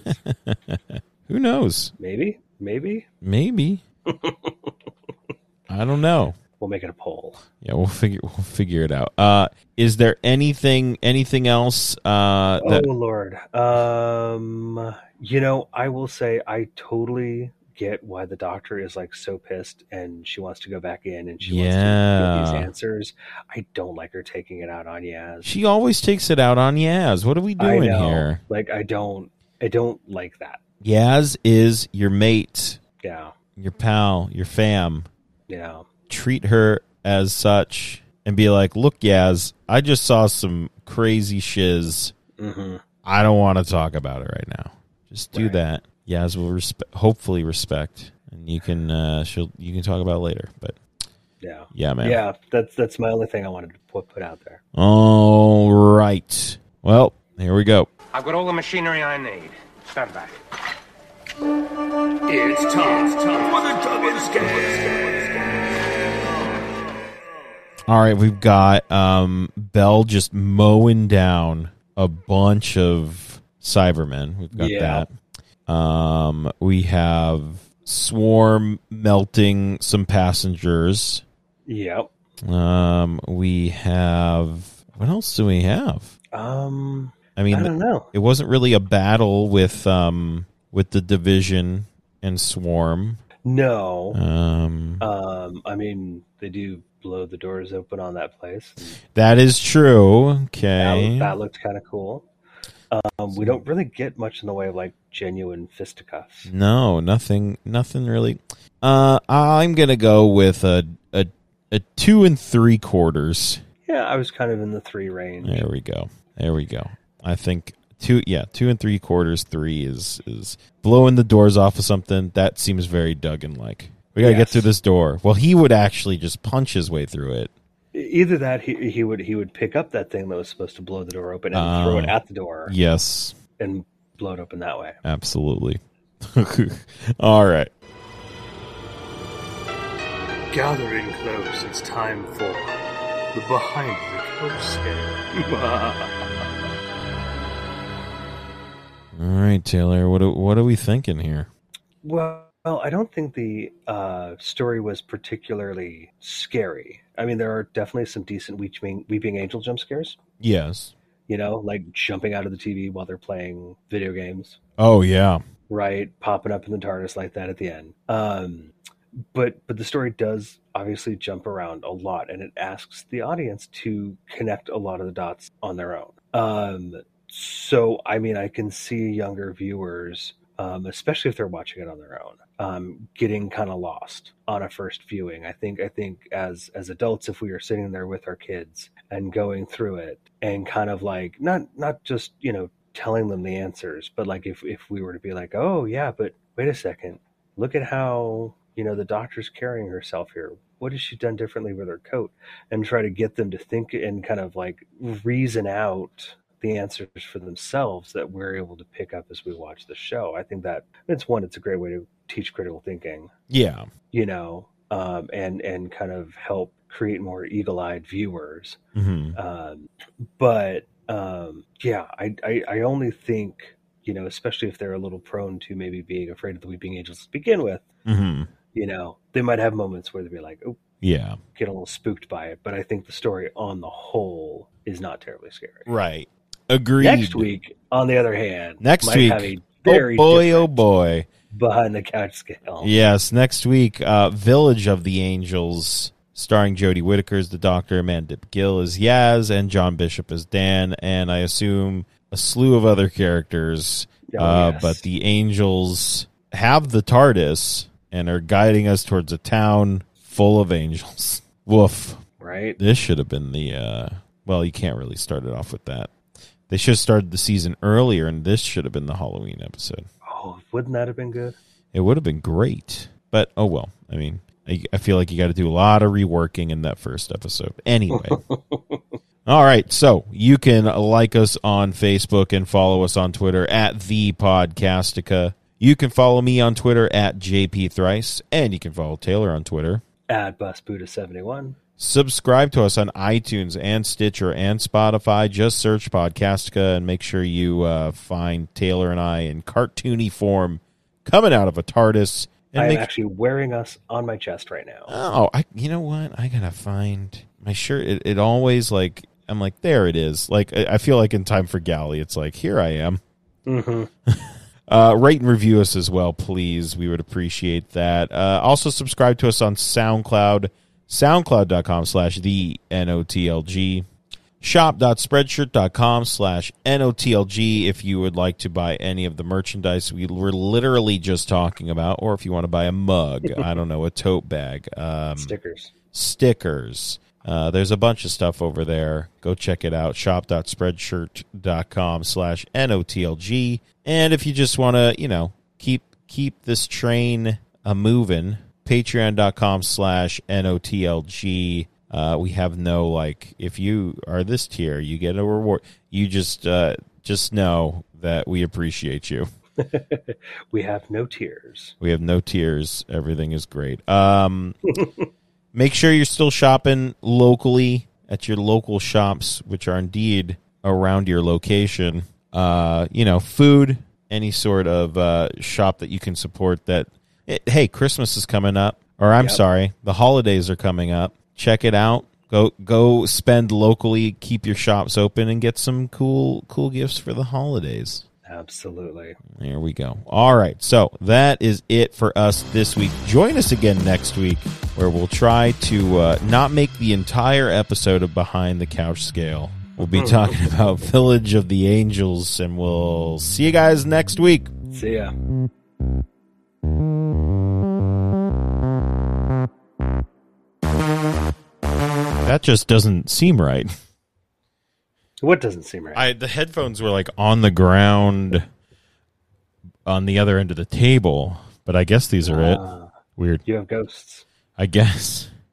Speaker 2: Who knows?
Speaker 3: maybe, maybe.
Speaker 2: Maybe. I don't know.
Speaker 3: We'll make it a poll.
Speaker 2: Yeah, we'll figure we'll figure it out. Uh is there anything anything else uh that
Speaker 3: oh lord um you know i will say i totally get why the doctor is like so pissed and she wants to go back in and she wants to
Speaker 2: Yeah.
Speaker 3: get these answers i don't like her taking it out on yaz
Speaker 2: she always takes it out on Yaz. What are we
Speaker 3: i
Speaker 2: doing
Speaker 3: know
Speaker 2: here?
Speaker 3: like i don't i don't like that
Speaker 2: Yaz is your mate.
Speaker 3: yeah
Speaker 2: your pal, your fam,
Speaker 3: yeah
Speaker 2: treat her as such and be like, look, Yaz, I just saw some crazy shiz.
Speaker 3: hmm
Speaker 2: I don't want to talk about it right now. Just do
Speaker 3: Right.
Speaker 2: that. Yaz will respect, hopefully respect, and you can uh, she'll you can talk about it later. But
Speaker 3: yeah
Speaker 2: yeah, man.
Speaker 3: yeah that's that's my only thing i wanted to put, put out there
Speaker 2: All right. Well, Here we go.
Speaker 4: I've got all the machinery I need. Stand back.
Speaker 5: It's time, it's time for the Dublin Scare.
Speaker 2: All right, we've got um, Bell just mowing down a bunch of Cybermen. We've got
Speaker 3: Yeah.
Speaker 2: that. Um, we have Swarm melting some passengers.
Speaker 3: Yep.
Speaker 2: Um, we have what else do we have?
Speaker 3: Um,
Speaker 2: I mean,
Speaker 3: I don't know.
Speaker 2: it wasn't really a battle with um, with the division and Swarm.
Speaker 3: No.
Speaker 2: Um,
Speaker 3: Um, I mean, they do blow the doors open on that place.
Speaker 2: that is true.
Speaker 3: That,
Speaker 2: Okay.
Speaker 3: that looked kind of cool. Um, we don't really get much in the way of like genuine
Speaker 2: Mm.
Speaker 3: fisticuffs.
Speaker 2: No, nothing, nothing really. Uh, I'm gonna go with a a, a two and three quarters.
Speaker 3: Yeah, I was kind of in the three range.
Speaker 2: There we go. There we go. I think two, yeah, two and three quarters. Three is is blowing the doors off of something that seems very Duggan like. We gotta get
Speaker 3: Yes.
Speaker 2: through this door. Well, he would actually just punch his way through it.
Speaker 3: E, Either that, he, he would he would pick up that thing that was supposed to blow the door open and throw it
Speaker 2: Oh.
Speaker 3: at the door
Speaker 2: Yes,
Speaker 3: and blow it open that way.
Speaker 2: absolutely. All right.
Speaker 5: Gathering close, it's time for the Behind the Close Scare.
Speaker 2: All right, Taylor. What are, what are we thinking here?
Speaker 3: Well, well, I don't think the uh, story was particularly scary. I mean, there are definitely some decent weeping, weeping angel jump scares.
Speaker 2: Yes.
Speaker 3: You know, like jumping out of the TV while they're playing video games.
Speaker 2: Oh yeah.
Speaker 3: right popping up in the TARDIS like that at the end. Um, but but the story does obviously jump around a lot, and it asks the audience to connect a lot of the dots on their own. Um, so I mean, I can see younger viewers, um, especially if they're watching it on their own, um, getting kind of lost on a first viewing. I think I think as as adults, if we are sitting there with our kids and going through it and kind of like not not just you know telling them the answers but like if if we were to be like oh yeah but wait a second look at how you know the doctor's carrying herself here what has she done differently with her coat and try to get them to think and kind of like reason out the answers for themselves that we're able to pick up as we watch the show i think that it's one it's a great way to teach critical thinking
Speaker 2: Yeah.
Speaker 3: you know um, and and kind of help create more eagle-eyed viewers
Speaker 2: hmm
Speaker 3: um, but um, yeah, I, I I only think you know, especially if they're a little prone to maybe being afraid of the weeping angels to begin with,
Speaker 2: hmm
Speaker 3: you know, they might have moments where they'd be like, oh,
Speaker 2: Yeah.
Speaker 3: get a little spooked by it. But I think the story on the whole is not terribly scary.
Speaker 2: Right. Agreed.
Speaker 3: Next week, on the other hand,
Speaker 2: Next
Speaker 3: might
Speaker 2: week.
Speaker 3: have a
Speaker 2: Oh
Speaker 3: very
Speaker 2: boy,
Speaker 3: different
Speaker 2: oh boy.
Speaker 3: behind the couch scale.
Speaker 2: Yes, next week, uh, Village of the Angels, starring Jodie Whittaker as the Doctor, Amanda Gill as Yaz, and John Bishop as Dan, and I assume a slew of other characters.
Speaker 3: Oh,
Speaker 2: uh,
Speaker 3: yes.
Speaker 2: But the Angels have the TARDIS and are guiding us towards a town full of angels. Woof.
Speaker 3: right,
Speaker 2: This should have been the. Uh, well, you can't really start it off with that. They should have started the season earlier, and this should have been the Halloween episode.
Speaker 3: oh, wouldn't that have been good?
Speaker 2: It would have been great, but oh well. I mean, I, I feel like you got to do a lot of reworking in that first episode. Anyway. All right, so you can like us on Facebook and follow us on Twitter at the Podcastica. You can follow me on Twitter at JP Thrice, and you can follow Taylor on Twitter.
Speaker 3: At Bus Buddha seventy one.
Speaker 2: Subscribe to us on iTunes and Stitcher and Spotify. Just search Podcastica and make sure you uh, find Taylor and I in cartoony form coming out of a TARDIS. And
Speaker 3: I'm
Speaker 2: make
Speaker 3: actually wearing us on my chest right now.
Speaker 2: Oh, I you know what? I gotta find my shirt. It, it always like I'm like there it is. Like I, I feel like in time for galley, it's like here I am.
Speaker 3: hmm
Speaker 2: Uh, rate and review us as well, please. We would appreciate that. Uh, also subscribe to us on SoundCloud, soundcloud.com slash the N-O-T-L-G, shop.spreadshirt.com slash N-O-T-L-G if you would like to buy any of the merchandise we were literally just talking about, or if you want to buy a mug, I don't know, a tote bag. Um,
Speaker 3: Stickers.
Speaker 2: stickers. Uh, there's a bunch of stuff over there. Go check it out. Shop.spreadshirt.com slash N-O-T-L-G. And if you just want to, you know, keep keep this train a moving, patreon.com slash N-O-T-L-G. Uh, we have no like if you are this tier, you get a reward. You just uh, just know that we appreciate you.
Speaker 3: we have no tears.
Speaker 2: We have no tears. Everything is great. Um, make sure you're still shopping locally at your local shops, which are indeed around your location. Uh, you know, food, any sort of uh, shop that you can support. That eh, hey, Christmas is coming up, or I'm
Speaker 3: Yep.
Speaker 2: sorry, the holidays are coming up. Check it out. Go go spend locally. Keep your shops open and get some cool cool gifts for the holidays.
Speaker 3: Absolutely.
Speaker 2: There we go. All right. So that is it for us this week. Join us again next week where we'll try to uh, not make the entire episode of Behind the Couch Scale. We'll be talking about Village of the Angels, and we'll see you guys next week.
Speaker 3: See ya.
Speaker 2: That just doesn't seem right.
Speaker 3: What doesn't seem right?
Speaker 2: I the headphones were like on the ground on the other end of the table, but I guess these are it.
Speaker 3: Ah,
Speaker 2: Weird.
Speaker 3: you have ghosts.
Speaker 2: I guess.